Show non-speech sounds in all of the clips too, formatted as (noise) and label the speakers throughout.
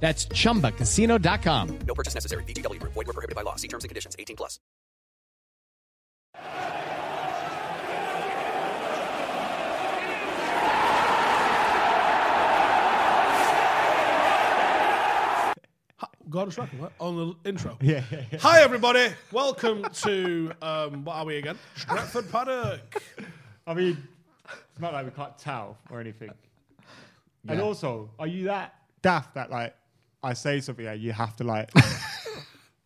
Speaker 1: That's chumbacasino.com.
Speaker 2: No purchase necessary. VGW Group. Void were prohibited by law. See terms and conditions. 18 plus.
Speaker 3: God is rocking what? on the
Speaker 4: (laughs)
Speaker 3: intro. Yeah, Hi everybody. Welcome to um, what are we again? Stratford Paddock.
Speaker 4: I mean, it's not like we can't tell or anything. And also, are you that daft that like I say something and you have to
Speaker 5: (laughs)
Speaker 4: like?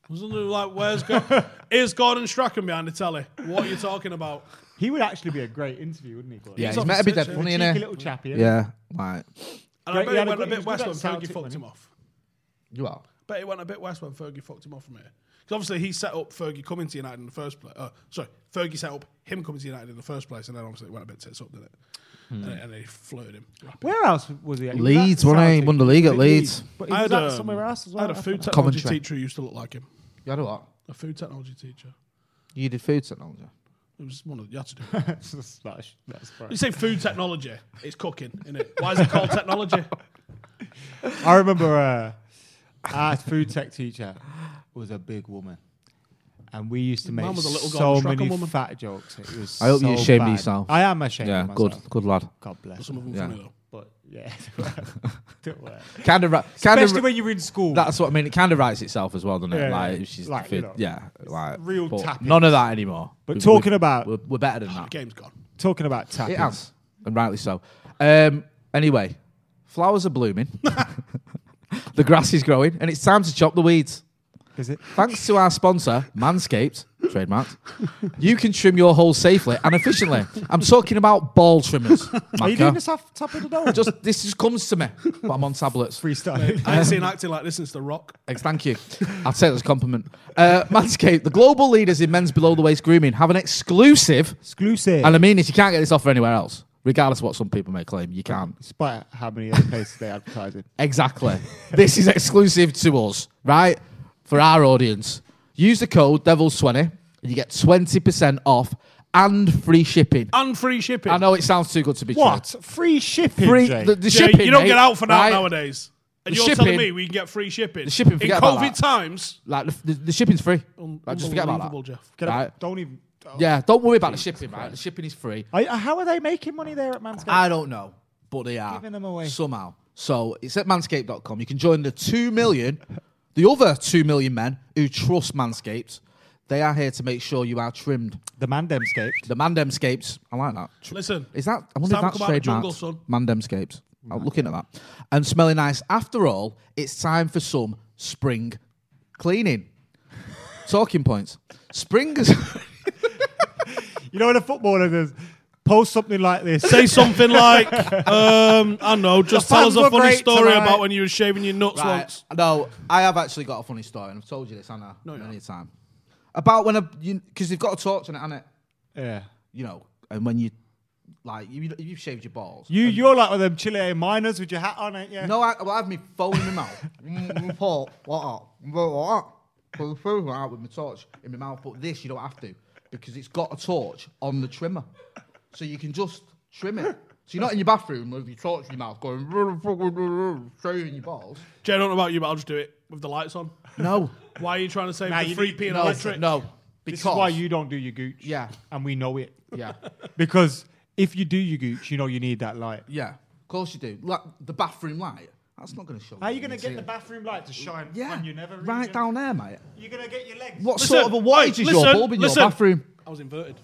Speaker 3: Wasn't it like where's
Speaker 4: (laughs)
Speaker 3: Go- is Gordon Strachan behind the telly? What are you talking about?
Speaker 4: he would actually be a great interview, wouldn't he? Gordon?
Speaker 5: Yeah,
Speaker 3: He's
Speaker 5: he's,
Speaker 3: off
Speaker 5: meant to
Speaker 3: his
Speaker 5: be dead
Speaker 3: tits,
Speaker 5: funny,
Speaker 3: isn't
Speaker 4: cheeky
Speaker 5: innit?
Speaker 4: little chappy. innit?
Speaker 5: Yeah, like
Speaker 3: And I
Speaker 4: Great,
Speaker 3: bet
Speaker 4: he
Speaker 3: it
Speaker 4: had a
Speaker 3: went a
Speaker 4: good- he
Speaker 3: bit
Speaker 4: was
Speaker 3: west
Speaker 4: good
Speaker 3: when
Speaker 4: at
Speaker 3: Fergie
Speaker 4: Celtic,
Speaker 3: fucked
Speaker 4: wasn't
Speaker 3: him
Speaker 4: he?
Speaker 3: off.
Speaker 5: you are.
Speaker 3: Bet it went a bit west when Fergie fucked him off from here. Because obviously he set up Fergie coming to United in the first place. Uh, sorry, Fergie set up him coming to United in the first place, and then obviously it went a bit tits up, didn't it? And, it- and they flirted him. rapidly.
Speaker 4: Hmm. Where else was he? at? He was
Speaker 5: Leeds,
Speaker 4: at
Speaker 5: wasn't he?
Speaker 4: Celtic.
Speaker 5: Won the league at Leeds.
Speaker 4: But he was at somewhere else as well.
Speaker 3: um, I had a
Speaker 4: (laughs)
Speaker 3: food
Speaker 4: think.
Speaker 3: technology
Speaker 5: Coventry.
Speaker 3: teacher who used to look like him.
Speaker 5: You had a what?
Speaker 3: A food technology teacher.
Speaker 5: You did food technology.
Speaker 3: It was one of the, you had to do. it.
Speaker 4: That's- that's-
Speaker 3: (laughs)
Speaker 4: that's right.
Speaker 3: You say food technology, it's cooking, isn't
Speaker 5: (laughs)
Speaker 3: it? Why is it called technology?
Speaker 4: I remember uh, our food tech teacher was a big woman. And we used to make
Speaker 3: was a little
Speaker 4: so
Speaker 3: Gordon Strachan
Speaker 4: many
Speaker 3: woman.
Speaker 4: fat jokes. It was
Speaker 5: I hope you're
Speaker 4: so
Speaker 5: ashamed of
Speaker 4: bad.
Speaker 5: yourself.
Speaker 4: I am ashamed
Speaker 5: Yeah,
Speaker 4: of myself.
Speaker 5: good, good lad.
Speaker 4: God bless.
Speaker 3: Some of them
Speaker 5: Yeah.
Speaker 3: funny though.
Speaker 4: But (laughs) yeah, don't worry.
Speaker 5: Kind of, ra- kind
Speaker 4: Especially
Speaker 5: of.
Speaker 4: when you were in school.
Speaker 5: that's what I mean. It kind of writes itself as well, doesn't it?
Speaker 4: Yeah,
Speaker 5: like
Speaker 4: yeah.
Speaker 5: if she's
Speaker 4: Like,
Speaker 5: fit,
Speaker 4: you know,
Speaker 5: yeah, like
Speaker 4: real
Speaker 5: but
Speaker 4: tapping.
Speaker 5: None of that anymore.
Speaker 4: But talking about- Oh,
Speaker 5: we're, we're better than that.
Speaker 3: Game's gone.
Speaker 4: talking about
Speaker 5: It
Speaker 4: tapping.
Speaker 5: has, and rightly so. Um, anyway, flowers
Speaker 4: (laughs)
Speaker 5: are blooming. (laughs) the grass is growing, and it's time to chop the weeds.
Speaker 4: Is it?
Speaker 5: Thanks to our sponsor, Manscaped, trademarked, you can trim your hole safely and efficiently. I'm talking about ball
Speaker 4: (laughs)
Speaker 5: trimmers.
Speaker 4: Are you
Speaker 5: Macca.
Speaker 4: doing this off top of the
Speaker 5: (laughs)
Speaker 4: dome?
Speaker 5: Just this just comes to me, but I'm on tablets.
Speaker 3: (laughs)
Speaker 4: freestyling.
Speaker 3: I ain't seen
Speaker 5: Um,
Speaker 3: acting like this since The Rock.
Speaker 5: Thanks, Thank you. I'll take that as a compliment. Uh, Manscaped, the global leaders in men's below the waist grooming, have an exclusive,
Speaker 4: Exclusive.
Speaker 5: and I mean this, you can't get this offer anywhere else, regardless of what some people may claim. You can't.
Speaker 4: Despite how many other places they advertise it.
Speaker 5: Exactly. this is exclusive to us, right? For our audience. Use the code DEVILS20 and you get 20% off and free shipping.
Speaker 3: And free shipping.
Speaker 5: I know it sounds too good to be
Speaker 4: What? Free shipping,
Speaker 5: true. Free,
Speaker 4: Jay?
Speaker 5: the, the
Speaker 3: Jay,
Speaker 5: shipping.
Speaker 3: you don't
Speaker 5: mate,
Speaker 3: get out for that
Speaker 5: right?
Speaker 3: nowadays. And
Speaker 5: The
Speaker 3: you're telling
Speaker 5: shipping-
Speaker 3: me we can get free shipping.
Speaker 5: The shipping,
Speaker 3: In
Speaker 5: forget about
Speaker 3: COVID
Speaker 5: that.
Speaker 3: times.
Speaker 5: Like the, the, the shipping's free. Like, just forget about
Speaker 3: Unbelievable,
Speaker 5: that.
Speaker 3: Jeff.
Speaker 4: Get up.
Speaker 5: Right.
Speaker 4: Don't even. oh.
Speaker 5: Yeah, don't worry about the shipping, right? The shipping is free.
Speaker 4: Are- how are they making money there at Manscaped?
Speaker 5: I don't know, but they are
Speaker 4: Giving them away.
Speaker 5: somehow. So it's at manscaped.com. You can join the 2 million, the other 2 million men who trust Manscaped. They are here to make sure you are trimmed.
Speaker 4: the man demscaped.
Speaker 5: The Mandemscapes. I like that. Tr-
Speaker 3: Listen,
Speaker 5: Is that? I wonder if
Speaker 3: Sam
Speaker 5: that's
Speaker 3: come out of the jungle,
Speaker 5: trademarked. Mandemscapes. I'm looking at that. And smelling nice. After all, it's time for some spring
Speaker 3: (laughs)
Speaker 5: cleaning. Talking points. Spring is.
Speaker 4: You know when a footballer does post something like this.
Speaker 3: Say something
Speaker 5: (laughs)
Speaker 3: like, um, I don't know, just
Speaker 4: The
Speaker 3: tell us
Speaker 4: fans
Speaker 3: a
Speaker 4: were
Speaker 3: funny
Speaker 4: great
Speaker 3: story
Speaker 4: tonight.
Speaker 3: about when you were shaving your nuts
Speaker 5: right.
Speaker 3: once.
Speaker 5: No, I have actually got a funny story, and I've told you this, Anna,
Speaker 3: No,
Speaker 5: no,
Speaker 3: you
Speaker 5: many a
Speaker 3: haven't.
Speaker 5: time. About when a. Because they've got a torch on it, Anna.
Speaker 4: (laughs) yeah.
Speaker 5: You know, and when you. Like, you, you've shaved your balls.
Speaker 4: You you're like one of them Chilean miners with your hat on, ain't you?
Speaker 5: No, I, well, I have my phone in my mouth. Mm, mm, Paul, what up? What up? out with my torch in my mouth. But this, you don't have to because it's got a torch on the trimmer, so you can just trim it. So you're not in your bathroom with your torch in your mouth going shaving your balls.
Speaker 3: Jay, I don't know about you, but I'll just do it with the lights on.
Speaker 5: No,
Speaker 3: Why are you trying to save
Speaker 4: Nah,
Speaker 3: the
Speaker 4: you
Speaker 3: free
Speaker 4: need-
Speaker 3: P and
Speaker 5: no,
Speaker 3: electric?
Speaker 5: no.
Speaker 4: This
Speaker 5: Because
Speaker 4: is why you don't do your gooch.
Speaker 5: Yeah.
Speaker 4: And we know it.
Speaker 5: yeah,
Speaker 4: Because if you do your gooch, you know you need that light.
Speaker 5: yeah. Of course you do. Like the bathroom light. That's not going to show.
Speaker 4: How are you going to
Speaker 5: It's
Speaker 4: get
Speaker 5: here.
Speaker 4: the bathroom light to shine
Speaker 5: Yeah,
Speaker 4: when you never reach
Speaker 5: right
Speaker 4: it?
Speaker 5: down there, mate.
Speaker 4: You're going to get your legs.
Speaker 5: What
Speaker 3: Listen,
Speaker 5: sort of a wattage
Speaker 3: oi,
Speaker 5: is your
Speaker 3: listen,
Speaker 5: bulb in
Speaker 3: listen.
Speaker 5: your bathroom?
Speaker 3: I was inverted.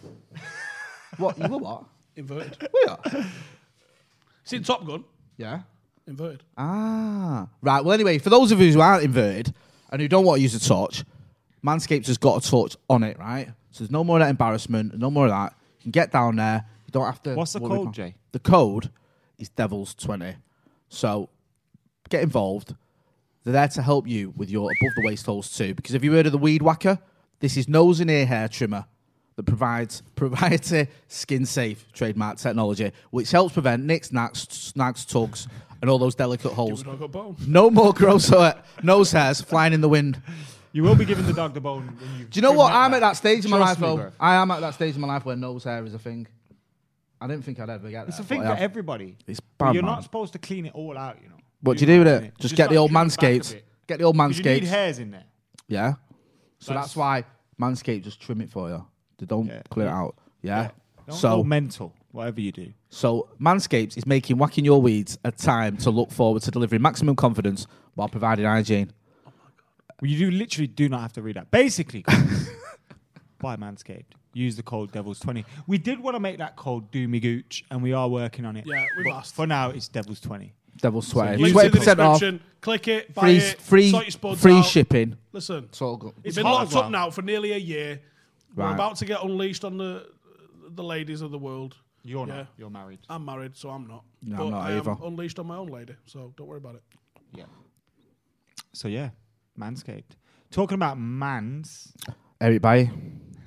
Speaker 5: What you were what?
Speaker 3: Inverted.
Speaker 5: We are.
Speaker 3: See Top Gun.
Speaker 5: Yeah.
Speaker 3: Inverted.
Speaker 5: Ah. Right. Well, anyway, for those of you who aren't inverted and who don't want to use a torch, Manscaped has got a torch on it, right? So there's no more of that embarrassment, no more of that. You can get down there. You don't have to.
Speaker 6: What's the
Speaker 5: worry
Speaker 6: code,
Speaker 5: about-
Speaker 6: Jay?
Speaker 5: The code is Devils Twenty. So get involved. They're there to help you with your above the waist holes too. Because have you heard of the Weed Whacker? This is nose and ear hair trimmer that provides (laughs) proprietary skin safe trademark technology, which helps prevent nicks, knacks, snags, tugs, and all those delicate holes.
Speaker 3: We've not got bone.
Speaker 5: No more gross hair- nose hairs flying in the wind.
Speaker 4: You will be giving the dog the bone when you
Speaker 5: Do you know what? I'm at that stage in my life,
Speaker 6: Trust me,
Speaker 5: though.
Speaker 6: bro.
Speaker 5: I am at that stage in my life where nose hair is a thing. I didn't think I'd ever get that.
Speaker 4: It's a thing
Speaker 5: but I
Speaker 4: for
Speaker 5: have.
Speaker 4: everybody.
Speaker 5: It's
Speaker 4: But
Speaker 5: bad,
Speaker 4: You're
Speaker 5: man.
Speaker 4: not supposed to clean it all out, you know.
Speaker 5: What do you do with it?
Speaker 4: clean
Speaker 5: Just get the old
Speaker 4: trim it back a
Speaker 5: Manscaped.
Speaker 4: bit.
Speaker 5: Get the old
Speaker 4: 'Cause You need
Speaker 5: Manscaped.
Speaker 4: hairs in there.
Speaker 5: Yeah. So that's,
Speaker 4: That's-
Speaker 5: why Manscaped just trim it for you. They don't
Speaker 4: Yeah.
Speaker 5: clear it out. Yeah.
Speaker 4: Don't go
Speaker 5: So
Speaker 4: mental, whatever you do.
Speaker 5: so Manscaped is making whacking your weeds a time to look forward to delivering maximum confidence while providing hygiene.
Speaker 4: Well, you do literally do not have to read that.
Speaker 5: (laughs)
Speaker 4: Basically, guys, buy Manscaped. Use the code Devils20. We did want to make that code Do Me Gooch, and we are working on it.
Speaker 3: Yeah, we've
Speaker 4: But
Speaker 3: asked.
Speaker 4: For now, it's Devils20.
Speaker 5: Devil's sweat.
Speaker 4: you-
Speaker 5: Twenty
Speaker 3: Links in the
Speaker 5: percent off.
Speaker 3: description. Click it. Buy
Speaker 5: Free
Speaker 3: it.
Speaker 5: free
Speaker 3: sort your spuds
Speaker 5: free
Speaker 3: out.
Speaker 5: shipping.
Speaker 3: Listen,
Speaker 5: It's all good.
Speaker 3: it's been
Speaker 4: hard
Speaker 3: locked
Speaker 4: as well.
Speaker 3: up now for nearly a year.
Speaker 5: Right.
Speaker 3: We're about to get unleashed on the the ladies of the world.
Speaker 4: You're
Speaker 3: Yeah.
Speaker 4: not. You're married.
Speaker 3: I'm married, so I'm not.
Speaker 5: No,
Speaker 3: but
Speaker 5: I'm not
Speaker 3: I am
Speaker 5: either.
Speaker 3: unleashed on my own lady, so don't worry about
Speaker 5: (laughs)
Speaker 3: it.
Speaker 4: Yeah. So, yeah, Manscaped. Talking about mans. (laughs)
Speaker 5: Eric Bay.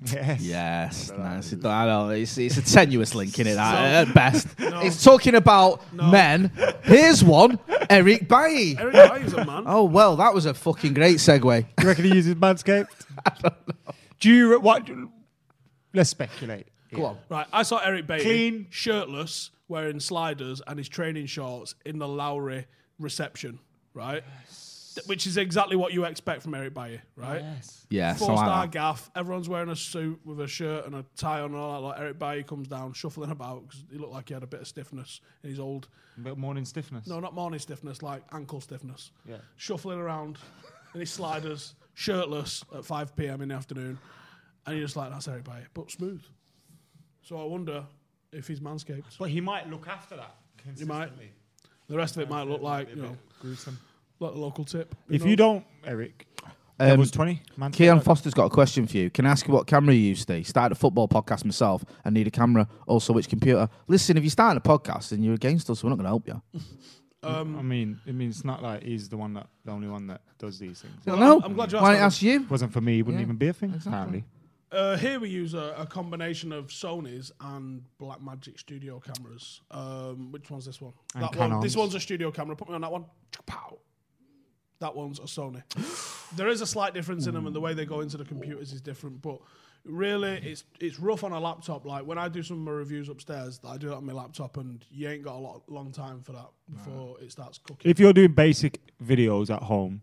Speaker 4: Yes.
Speaker 5: Yes, nice. I know it's, it's a tenuous link in it at
Speaker 3: So-
Speaker 5: best.
Speaker 3: (laughs)
Speaker 5: It's talking about men. Here's one, Eric Bailly.
Speaker 3: Eric Bailly is a man.
Speaker 5: Oh well, that was a fucking great segue.
Speaker 4: Do you reckon he uses Manscaped? I don't know. Do you. re- What, let's speculate.
Speaker 5: Go on.
Speaker 3: Right, I saw Eric Bailey
Speaker 4: Clean.
Speaker 3: shirtless, wearing sliders and his training shorts in the Lowry reception, right? Th- Which is exactly what you expect from Eric Bailly, right?
Speaker 5: Yeah, so
Speaker 3: Four star
Speaker 5: I,
Speaker 3: gaff. Everyone's wearing a suit with a shirt and a tie on and all that. Like Eric Bailly comes down shuffling about because he looked like he had a bit of stiffness in his old,
Speaker 4: A bit of morning stiffness.
Speaker 3: no, not morning stiffness, like ankle stiffness. Yeah. Shuffling around in his sliders, shirtless at 5 p.m. in the afternoon. And you're just like, that's Eric Bailly, but smooth. So I wonder if he's manscaped.
Speaker 4: But he might look after that
Speaker 3: You might.
Speaker 4: consistently.
Speaker 3: The rest of it might look like you know,
Speaker 4: Gruesome.
Speaker 3: like the local tip.
Speaker 4: If you don't, Eric, that was 20. Man,
Speaker 5: Keon Foster's got a question for you. Can I ask you what camera you use, Steve? Started a football podcast myself and need a camera. Also, which computer? Listen, if you're starting a podcast and you're against us, we're not going to help you.
Speaker 4: I mean, I mean, it's not like he's the one that, the only one that does these things.
Speaker 5: No,
Speaker 3: I'm- I'm glad you
Speaker 5: Why
Speaker 3: asked
Speaker 5: don't I ask you?
Speaker 4: wasn't for me, it wouldn't even be a thing. Apparently,
Speaker 3: uh, here we use a, a combination of Sony's and Blackmagic studio cameras. Um, which one's this one?
Speaker 4: And
Speaker 3: that one. This
Speaker 4: Canons.
Speaker 3: one's a studio camera. Put me on that one. Pow. That one's a
Speaker 4: (gasps)
Speaker 3: Sony. there is a slight difference in them, and the way they go into the computers is different. But really, it's it's rough on a laptop. Like when I do some of my reviews upstairs, I do that on my laptop, and you ain't got a lot long time for that before it starts cooking.
Speaker 4: if you're doing basic videos at home,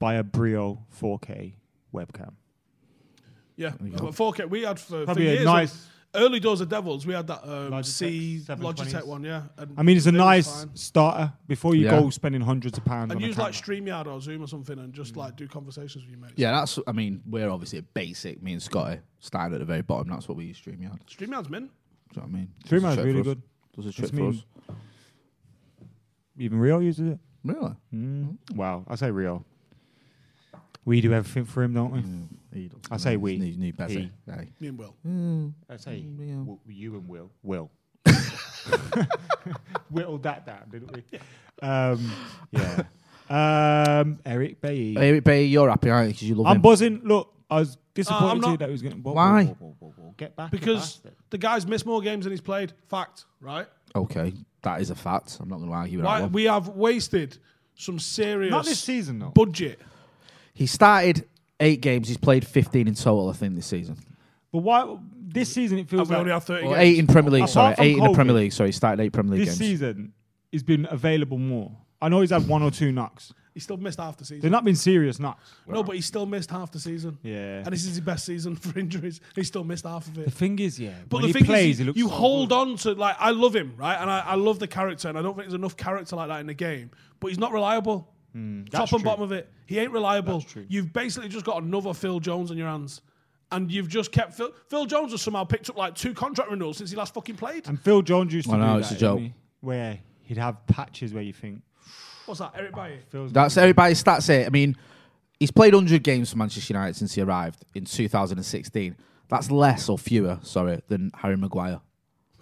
Speaker 4: buy a Brio 4K webcam.
Speaker 3: Yeah, but 4K. We had for, for
Speaker 4: Probably a
Speaker 3: years.
Speaker 4: nice-
Speaker 3: early doors of devils. We had that um,
Speaker 4: Logitech
Speaker 3: C
Speaker 4: 720s.
Speaker 3: Logitech one. Yeah, and
Speaker 4: I mean, it's a
Speaker 3: they were
Speaker 4: nice
Speaker 3: fine.
Speaker 4: starter before you
Speaker 5: Yeah.
Speaker 4: go spending hundreds of pounds.
Speaker 3: And
Speaker 4: on a
Speaker 3: use like
Speaker 4: camera. Mm.
Speaker 3: Streamyard or Zoom or something, and just like do conversations with your mates.
Speaker 5: Yeah, that's. I mean, we're obviously a basic. Me and Scotty starting at the very bottom. That's what we use StreamYard. Do
Speaker 3: Streamyard's mint.
Speaker 5: you know what I mean? Does a
Speaker 4: Streamyard's
Speaker 5: trick
Speaker 4: really
Speaker 5: for us.
Speaker 4: good.
Speaker 5: Does a
Speaker 4: It's
Speaker 5: trick for
Speaker 4: mean-
Speaker 5: us.
Speaker 4: Even Rio uses it.
Speaker 5: Really?
Speaker 4: Hmm. Wow, I say Rio. We do everything for him, don't we?
Speaker 5: He does.
Speaker 4: I say we.
Speaker 5: New, new Bezzy.
Speaker 4: He.
Speaker 5: Hey.
Speaker 3: Me and Will.
Speaker 4: I say w- you and Will. (laughs) Will. Whittled that down, didn't we? Um, yeah. Um, Eric Bailly.
Speaker 5: Eric Bay, you're happy, aren't you? Because you love
Speaker 4: I'm
Speaker 5: him.
Speaker 4: buzzing. Look, I was disappointed
Speaker 3: not-
Speaker 4: that he was going. to
Speaker 5: Why?
Speaker 4: Get back. you
Speaker 3: Because
Speaker 4: bastard.
Speaker 3: the guy's missed more games than he's played. Fact, right?
Speaker 5: okay, that is a fact. I'm not going to argue with that
Speaker 3: Why,
Speaker 5: one.
Speaker 3: we have wasted some serious
Speaker 4: Not this season, though.
Speaker 3: budget.
Speaker 5: He started eight games. He's played 15 in total, I think, this season.
Speaker 4: But why this season it feels
Speaker 3: And we
Speaker 4: like
Speaker 3: only have 30
Speaker 5: Or
Speaker 3: games.
Speaker 5: eight in Premier League,
Speaker 4: Apart
Speaker 5: sorry.
Speaker 4: from
Speaker 5: Eight in the Premier
Speaker 4: Colby.
Speaker 5: League, sorry. He started eight Premier League
Speaker 4: this
Speaker 5: games.
Speaker 4: season he's been available more. I know he's had one or two knocks.
Speaker 3: He still missed half the season.
Speaker 4: They've not been serious knocks.
Speaker 3: No, but he still missed half the season.
Speaker 4: Yeah.
Speaker 3: And this is his best season (laughs) for injuries. He still missed half of
Speaker 4: The
Speaker 3: it.
Speaker 4: thing is, yeah,
Speaker 3: But
Speaker 4: when
Speaker 3: the
Speaker 4: he
Speaker 3: thing
Speaker 4: plays,
Speaker 3: is,
Speaker 4: he looks
Speaker 3: you
Speaker 4: so
Speaker 3: hold
Speaker 4: good.
Speaker 3: on to like I love him, right? And I, I love the character, and I don't think there's enough character like that in the game. But he's not reliable. Top
Speaker 4: Hmm, that's
Speaker 3: and
Speaker 4: true.
Speaker 3: bottom of it, he ain't reliable.
Speaker 4: That's true.
Speaker 3: You've basically just got another Phil Jones on your hands, and you've just kept Phil. Phil Jones has somehow picked up like two contract renewals since he last fucking played.
Speaker 4: And Phil Jones used to
Speaker 5: I know,
Speaker 4: do
Speaker 5: it's
Speaker 4: that,
Speaker 5: a joke.
Speaker 4: didn't he? where he'd have patches where you think
Speaker 3: What's that, Eric Bailly?
Speaker 4: Phil's
Speaker 5: That's everybody's stats here. I mean, he's played 100 games for Manchester United since he arrived in 2016. That's less or fewer, sorry, than Harry Maguire.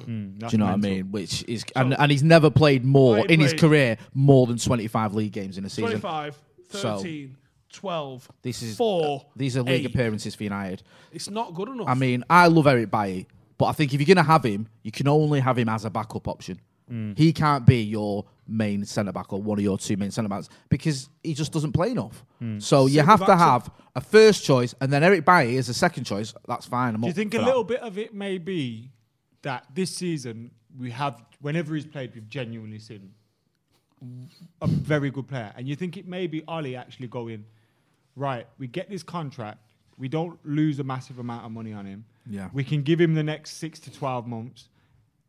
Speaker 4: Hmm,
Speaker 5: Do you know what I mean? Which is and, and he's never played more
Speaker 3: Well, he
Speaker 5: in his
Speaker 3: played-
Speaker 5: career more than 25 league games in a season.
Speaker 3: 25,
Speaker 5: So-
Speaker 3: 13, 12,
Speaker 5: This is
Speaker 3: four.
Speaker 4: uh,
Speaker 5: These are league
Speaker 3: eight.
Speaker 5: appearances for United.
Speaker 3: It's not good enough.
Speaker 5: I mean, I love Eric Bailly, but I think if you're going to have him, you can only have him as a backup option.
Speaker 4: Mm.
Speaker 5: He can't be your main centre back or one of your two main centre backs because he just doesn't play enough.
Speaker 4: Mm.
Speaker 5: So you have to
Speaker 3: backs up.
Speaker 5: have a first choice, and then Eric Bailly is a second choice. That's fine. I'm
Speaker 4: Do you think a little bit of it may be that this season we have, whenever he's played, we've genuinely seen a very good player, and you think it may be Ollie actually going, right? We get this contract, we don't lose a massive amount of money on him.
Speaker 5: Yeah.
Speaker 4: we can give him the next six to twelve months.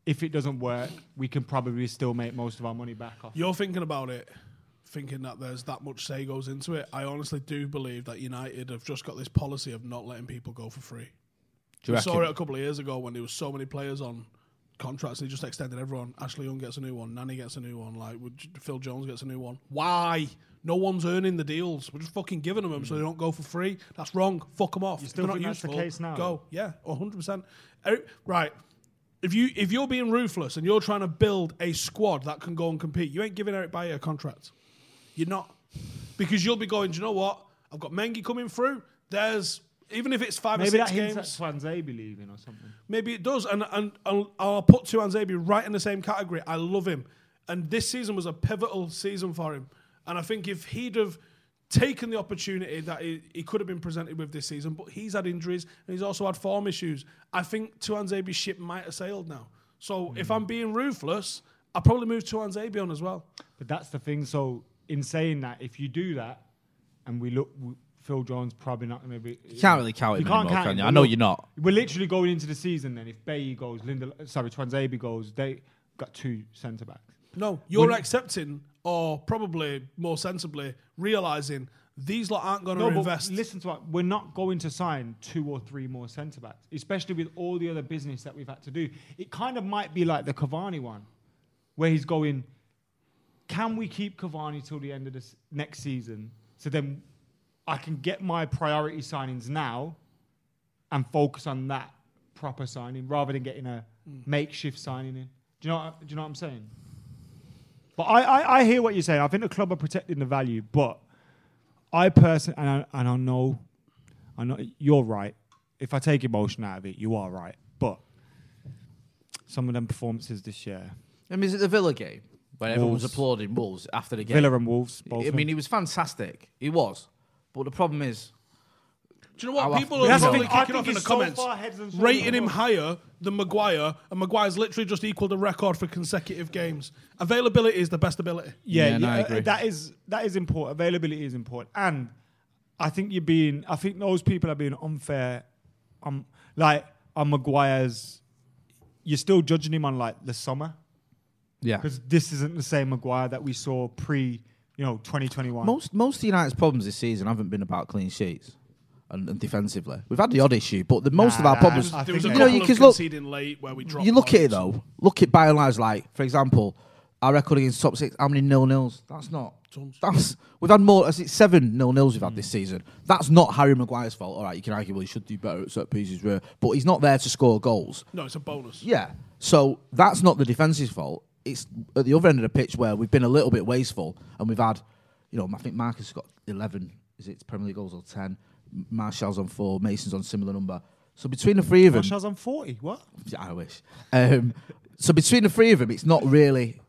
Speaker 4: If it doesn't work, we can probably still make most of our money back off.
Speaker 3: You're thinking about it, thinking that there's that much say goes into it. I honestly do believe that United have just got this policy of not letting people go for free.
Speaker 5: Do
Speaker 3: we
Speaker 5: you reckon?
Speaker 3: saw it a couple of years ago when there was so many players on contracts. They just extended everyone. Ashley Young gets a new one. Nanny gets a new one. Like would- Phil Jones gets a new one. Why? No one's earning the deals. We're just fucking giving them 'em
Speaker 5: Hmm.
Speaker 3: so they don't go for free. That's wrong. Fuck them off. You
Speaker 4: still
Speaker 3: They're
Speaker 4: think
Speaker 3: not
Speaker 4: that's the
Speaker 3: useful.
Speaker 4: case now?
Speaker 3: Go. Yeah, 100%. Eric- Oh, Right. If you if you're being ruthless and you're trying to build a squad that can go and compete, you ain't giving Eric Bayer a contract. You're not. Because you'll be going, do you know what? I've got Mengi coming through. There's even if it's five
Speaker 4: Maybe
Speaker 3: or
Speaker 4: that
Speaker 3: six
Speaker 4: hints
Speaker 3: games.
Speaker 4: at Swansea believing or something.
Speaker 3: Maybe it does, and and, and I'll put Tuan Zabi right in the same category. I love him, and this season was a pivotal season for him. And I think if he'd have taken the opportunity that he, he could have been presented with this season, but he's had injuries and he's also had form issues. I think Tuan Zabi's ship might have sailed now. So
Speaker 4: Hmm.
Speaker 3: if I'm being ruthless, I probably move Tuan Zabi on as well.
Speaker 4: But that's the thing. So in saying that, if you do that, and we look, w- Phil Jones probably not going to be. You
Speaker 5: can't really count him anymore, can you? I know
Speaker 4: Look,
Speaker 5: you're not.
Speaker 4: We're literally going into the season then. If Baye goes, Linda, sorry, Twanzabi goes, they got two centre backs.
Speaker 3: No, you're accepting, or probably more sensibly realizing these lot aren't going to
Speaker 4: No, but
Speaker 3: invest.
Speaker 4: listen to what we're not going to sign two or three more centre backs, especially with all the other business that we've had to do. It kind of might be like the Cavani one, where he's going, can we keep Cavani till the end of this next season? So then I can get my priority signings now and focus on that proper signing rather than getting a makeshift signing in. Do you know what, do you know what I'm saying? But I, I, I hear what you're saying. I think the club are protecting the value, but I personally, and I, and I know, I know you're right. If I take emotion out of it, you are right. But some of them performances this year,
Speaker 5: I mean, is it the Villa game where everyone was
Speaker 4: Wolves.
Speaker 5: applauding Wolves after the game?
Speaker 4: Villa and Wolves, both.
Speaker 5: I
Speaker 4: of
Speaker 5: mean,
Speaker 4: them.
Speaker 5: he was fantastic. He was, but the problem is,
Speaker 3: Do you know
Speaker 5: I'll
Speaker 3: what?
Speaker 5: have-
Speaker 3: People are
Speaker 5: That's the
Speaker 3: probably
Speaker 4: thing, I
Speaker 3: kicking
Speaker 4: think
Speaker 3: off in the
Speaker 4: he's so
Speaker 3: comments,
Speaker 4: far heads and shoulders
Speaker 3: rating him
Speaker 4: above.
Speaker 3: higher than Maguire, and Maguire's literally just equaled the record for consecutive games. Availability is the best ability.
Speaker 4: yeah,
Speaker 5: Yeah, no,
Speaker 4: yeah,
Speaker 5: I
Speaker 4: uh,
Speaker 5: agree.
Speaker 4: that is that is important. Availability is important, and I think you're being. I think those people are being unfair. Um, like on Maguire's, you're still judging him on like the summer
Speaker 5: yeah,
Speaker 4: because this isn't the same Maguire that we saw pre, you know, 2021.
Speaker 5: Most most of United's problems this season haven't been about clean sheets and, and defensively. We've had the odd issue, but the most of
Speaker 4: Nah,
Speaker 5: our problems.
Speaker 4: I
Speaker 3: There was a
Speaker 4: think-
Speaker 5: you
Speaker 3: couple
Speaker 5: know, you,
Speaker 3: of
Speaker 5: 'cause look,
Speaker 3: conceding late where we dropped.
Speaker 5: you look at it
Speaker 3: loads.
Speaker 5: though. Look at by and large, like for example, our record against top six. How many nil nils? That's not. That's we've had more. As it's seven nil nils
Speaker 3: Hmm.
Speaker 5: we've had this season. That's not Harry Maguire's fault. All right, you can argue well he should do better at set pieces, uh, but he's not there to score goals.
Speaker 3: No, it's a bonus.
Speaker 5: Yeah. So that's not the defense's fault. It's at the other end of the pitch where we've been a little bit wasteful and we've had, you know, I think Marcus has got 11, is it Premier League goals or 10? M- Martial's on four, Mason's on similar number. So between the three of them,
Speaker 4: Martial's on 40. What?
Speaker 5: Yeah, I wish. Um, so between the three of them, it's not really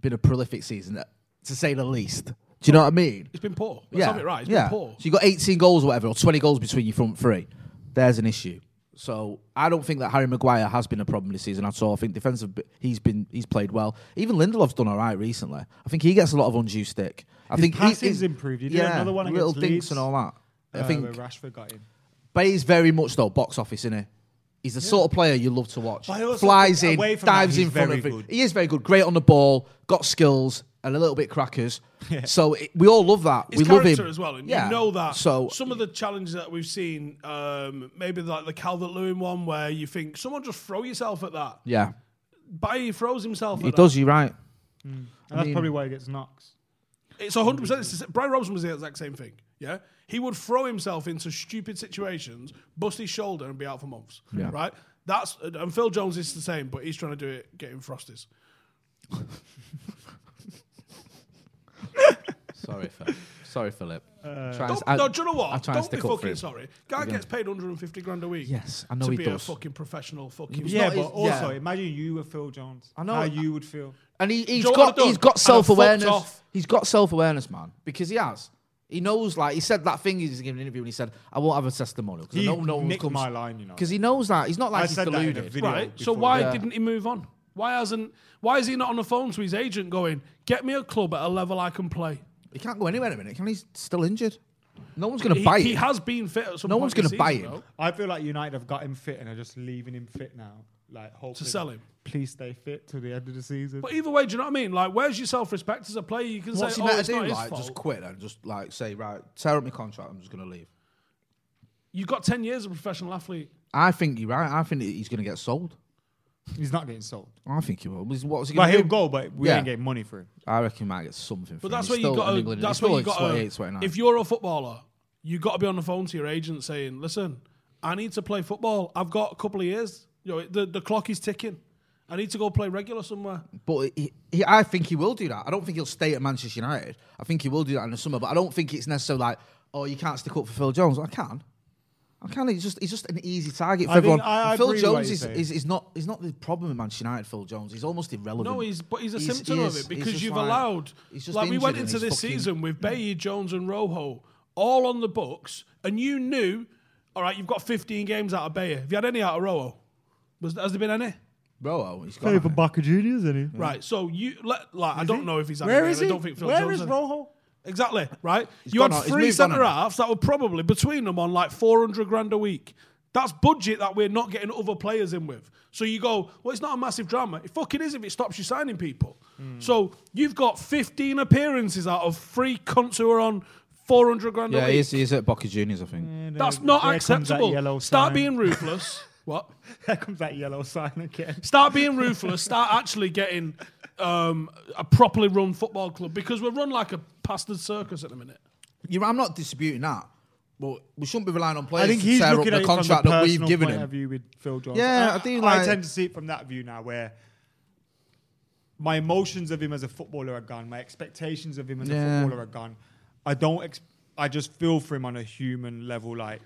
Speaker 5: been a prolific season, uh, to say the least. Do you know what I mean?
Speaker 3: It's been poor. Let's have it right. It's been poor.
Speaker 5: So you got 18 goals or whatever, or 20 goals between your front three. There's an issue. So I don't think that Harry Maguire has been a problem this season at all. I think defensive he's been he's played well. Even Lindelof's done all right recently. I think he gets a lot of undue stick. I
Speaker 4: His
Speaker 5: think he-
Speaker 4: passing's
Speaker 5: he-
Speaker 4: improved. He did another one
Speaker 5: little
Speaker 4: against
Speaker 5: dinks
Speaker 4: Leeds.
Speaker 5: and all that. I
Speaker 4: uh, where
Speaker 5: think,
Speaker 4: Rashford got in.
Speaker 5: but he's very much though box office in it. He's the sort of player you love to watch.
Speaker 4: But I also
Speaker 5: Flies
Speaker 4: think
Speaker 5: in,
Speaker 4: away from that,
Speaker 5: dives
Speaker 4: he's
Speaker 5: in front
Speaker 4: very
Speaker 5: of it.
Speaker 4: good.
Speaker 5: He is very good, great on the ball, got skills and a little
Speaker 3: (laughs)
Speaker 5: bit crackers. So it, we all love that.
Speaker 3: His
Speaker 5: we love
Speaker 3: character
Speaker 5: him
Speaker 3: as well, and
Speaker 5: Yeah.
Speaker 3: you know that.
Speaker 5: So
Speaker 3: some of the challenges that we've seen, um, maybe like the Calvert Lewin one, where you think someone just throw yourself at that.
Speaker 5: yeah,
Speaker 3: Baye throws himself.
Speaker 5: he
Speaker 3: at
Speaker 5: does. You right.
Speaker 4: And that's probably why he gets knocks.
Speaker 3: That. It's hundred percent. It's the sa- Brian Robson was the exact same thing. Yeah, he would throw himself into stupid situations, bust his shoulder, and be out for months.
Speaker 5: Yeah.
Speaker 3: Right. That's and Phil Jones is the same, but he's trying to do it getting frosties.
Speaker 5: Sorry, Phil. Sorry, Philip.
Speaker 3: Uh, Don't, no, do you know what? Don't be fucking sorry. Guy
Speaker 5: Yeah.
Speaker 3: gets paid 150 grand a week.
Speaker 5: Yes, I know
Speaker 3: to
Speaker 5: he
Speaker 3: be
Speaker 5: does.
Speaker 3: a fucking professional fucking.
Speaker 5: He's
Speaker 4: Yeah,
Speaker 5: not
Speaker 4: but
Speaker 5: his-
Speaker 4: also
Speaker 5: yeah.
Speaker 4: imagine you were Phil Jones.
Speaker 5: know.
Speaker 4: How you would feel.
Speaker 5: And he, he's
Speaker 3: know what I've
Speaker 5: got
Speaker 3: done?
Speaker 5: he's got
Speaker 3: And I've
Speaker 5: self
Speaker 3: fucked
Speaker 5: awareness.
Speaker 3: off.
Speaker 5: He's got self awareness, man, because he has. He knows, like he said that thing. He's giving an interview and he said, "I won't have a testimonial because
Speaker 4: He
Speaker 5: no one
Speaker 4: nicked
Speaker 5: comes."
Speaker 4: my line, you know.
Speaker 5: Because he knows that he's not like
Speaker 4: I
Speaker 5: he's
Speaker 4: said that in a
Speaker 5: deluded.
Speaker 4: video.
Speaker 3: Right. So
Speaker 4: before.
Speaker 3: why
Speaker 5: Yeah.
Speaker 3: didn't he move on? Why hasn't? Why is he not on the phone to his agent going, "Get me a club at a level I can play"?
Speaker 5: He can't go anywhere in a minute. Can he? he's still injured. No one's going to
Speaker 3: He,
Speaker 5: buy
Speaker 3: he
Speaker 5: it.
Speaker 3: has been fit. At some
Speaker 5: No
Speaker 3: point
Speaker 5: one's
Speaker 3: this
Speaker 5: gonna buy
Speaker 3: season,
Speaker 5: him.
Speaker 3: though.
Speaker 4: I feel like United have got him fit and are just leaving him fit now. Like hoping
Speaker 3: sell him.
Speaker 4: Please stay fit till the end of the season.
Speaker 3: But either way, do you know what I mean? Like, where's your self-respect as a player? You can
Speaker 5: What's
Speaker 3: say,
Speaker 5: he
Speaker 3: "Oh,
Speaker 5: better
Speaker 3: it's
Speaker 5: do?
Speaker 3: not his
Speaker 5: Like
Speaker 3: fault."
Speaker 5: just quit and just like say, right, tear up my contract. I'm just going to leave.
Speaker 3: You've got ten years as a professional athlete.
Speaker 5: I think you're right. I think he's going to get sold.
Speaker 4: He's not getting sold.
Speaker 5: I think he will. What's he
Speaker 4: But
Speaker 5: going to
Speaker 4: he'll
Speaker 5: do?
Speaker 4: go, but we
Speaker 5: Yeah.
Speaker 4: ain't getting money for him. (laughs)
Speaker 5: I reckon he might get something.
Speaker 3: But
Speaker 5: for
Speaker 3: that's
Speaker 5: him.
Speaker 3: where
Speaker 5: He's
Speaker 3: you
Speaker 5: still
Speaker 3: got
Speaker 5: an
Speaker 3: to.
Speaker 5: England-
Speaker 3: That's
Speaker 5: he's
Speaker 3: where you
Speaker 5: still
Speaker 3: got
Speaker 5: 28, 29.
Speaker 3: to. If you're a footballer, you got to be on the phone to your agent saying, "Listen, I need to play football. I've got a couple of years. You know, the the clock is ticking. I need to go play regular somewhere."
Speaker 5: But he, he, I think he will do that. I don't think he'll stay at Manchester United. I think he will do that in the summer. But I don't think it's necessarily like, oh, you can't stick up for Phil Jones. I can. I can. He's just he's just an easy target for
Speaker 4: I think-
Speaker 5: everyone.
Speaker 4: I- I
Speaker 5: Phil
Speaker 4: agree with what
Speaker 5: Jones
Speaker 4: you're
Speaker 5: is,
Speaker 4: saying.
Speaker 5: is, is not is not the problem at Manchester United. Phil Jones. He's almost irrelevant.
Speaker 3: No, he's but he's a
Speaker 5: He's-
Speaker 3: symptom
Speaker 5: he
Speaker 3: of
Speaker 5: is.
Speaker 3: it
Speaker 5: He's
Speaker 3: because
Speaker 5: just
Speaker 3: you've
Speaker 5: like-
Speaker 3: allowed.
Speaker 5: he's just
Speaker 3: like we
Speaker 5: injured
Speaker 3: went
Speaker 5: and
Speaker 3: into
Speaker 5: he's
Speaker 3: this
Speaker 5: fucking-
Speaker 3: season with Baye, Jones, and Rojo all on the books, and you knew, all right, you've got 15 games out of Baye. Have you had any out of Rojo? Was has there been any?
Speaker 5: bro. oh, He's gone. hasn't he?
Speaker 4: Barker Junior, isn't he?
Speaker 3: Right, so you let, like I don't know if he's had
Speaker 4: Where
Speaker 3: any,
Speaker 4: Mm. is
Speaker 3: I
Speaker 4: he?
Speaker 3: don't think Phil
Speaker 4: Where
Speaker 3: Jones
Speaker 4: is
Speaker 3: had-
Speaker 4: Rojo?
Speaker 3: Exactly right. you had
Speaker 5: gone on- he's
Speaker 3: three
Speaker 5: moved on,
Speaker 3: centre
Speaker 5: hasn't he?
Speaker 3: halves that were probably between them on like 400 grand a week. That's budget that we're not getting other players in with. So you go, well, it's not a massive drama. It fucking is if it stops you signing people.
Speaker 4: Hmm.
Speaker 3: So you've got 15 appearances out of three cunts who are on 400 grand a
Speaker 5: Yeah,
Speaker 3: week.
Speaker 5: he's, he's at Boca Juniors, I think.
Speaker 3: That's not
Speaker 4: Here comes that
Speaker 3: acceptable.
Speaker 4: yellow
Speaker 3: Start
Speaker 4: sign.
Speaker 3: being
Speaker 4: (laughs)
Speaker 3: ruthless. what?
Speaker 4: There comes that yellow sign again.
Speaker 3: Start being ruthless. Start actually getting um, a properly run football club because we're run like a bastard circus at the minute.
Speaker 5: You know, I'm not disputing that. But we shouldn't be relying on players
Speaker 4: I think
Speaker 5: to
Speaker 4: he's
Speaker 5: tear up
Speaker 4: looking
Speaker 5: the
Speaker 4: at
Speaker 5: contract
Speaker 4: it from the
Speaker 5: that we've
Speaker 4: personal
Speaker 5: given
Speaker 4: point of
Speaker 5: him.
Speaker 4: view with Phil Jones.
Speaker 5: Yeah, I do like-
Speaker 4: I tend to see it from that view now, where my emotions of him as a footballer are gone, my expectations of him as
Speaker 5: Yeah.
Speaker 4: a footballer are gone. I don't. Ex- I just feel for him on a human level. Like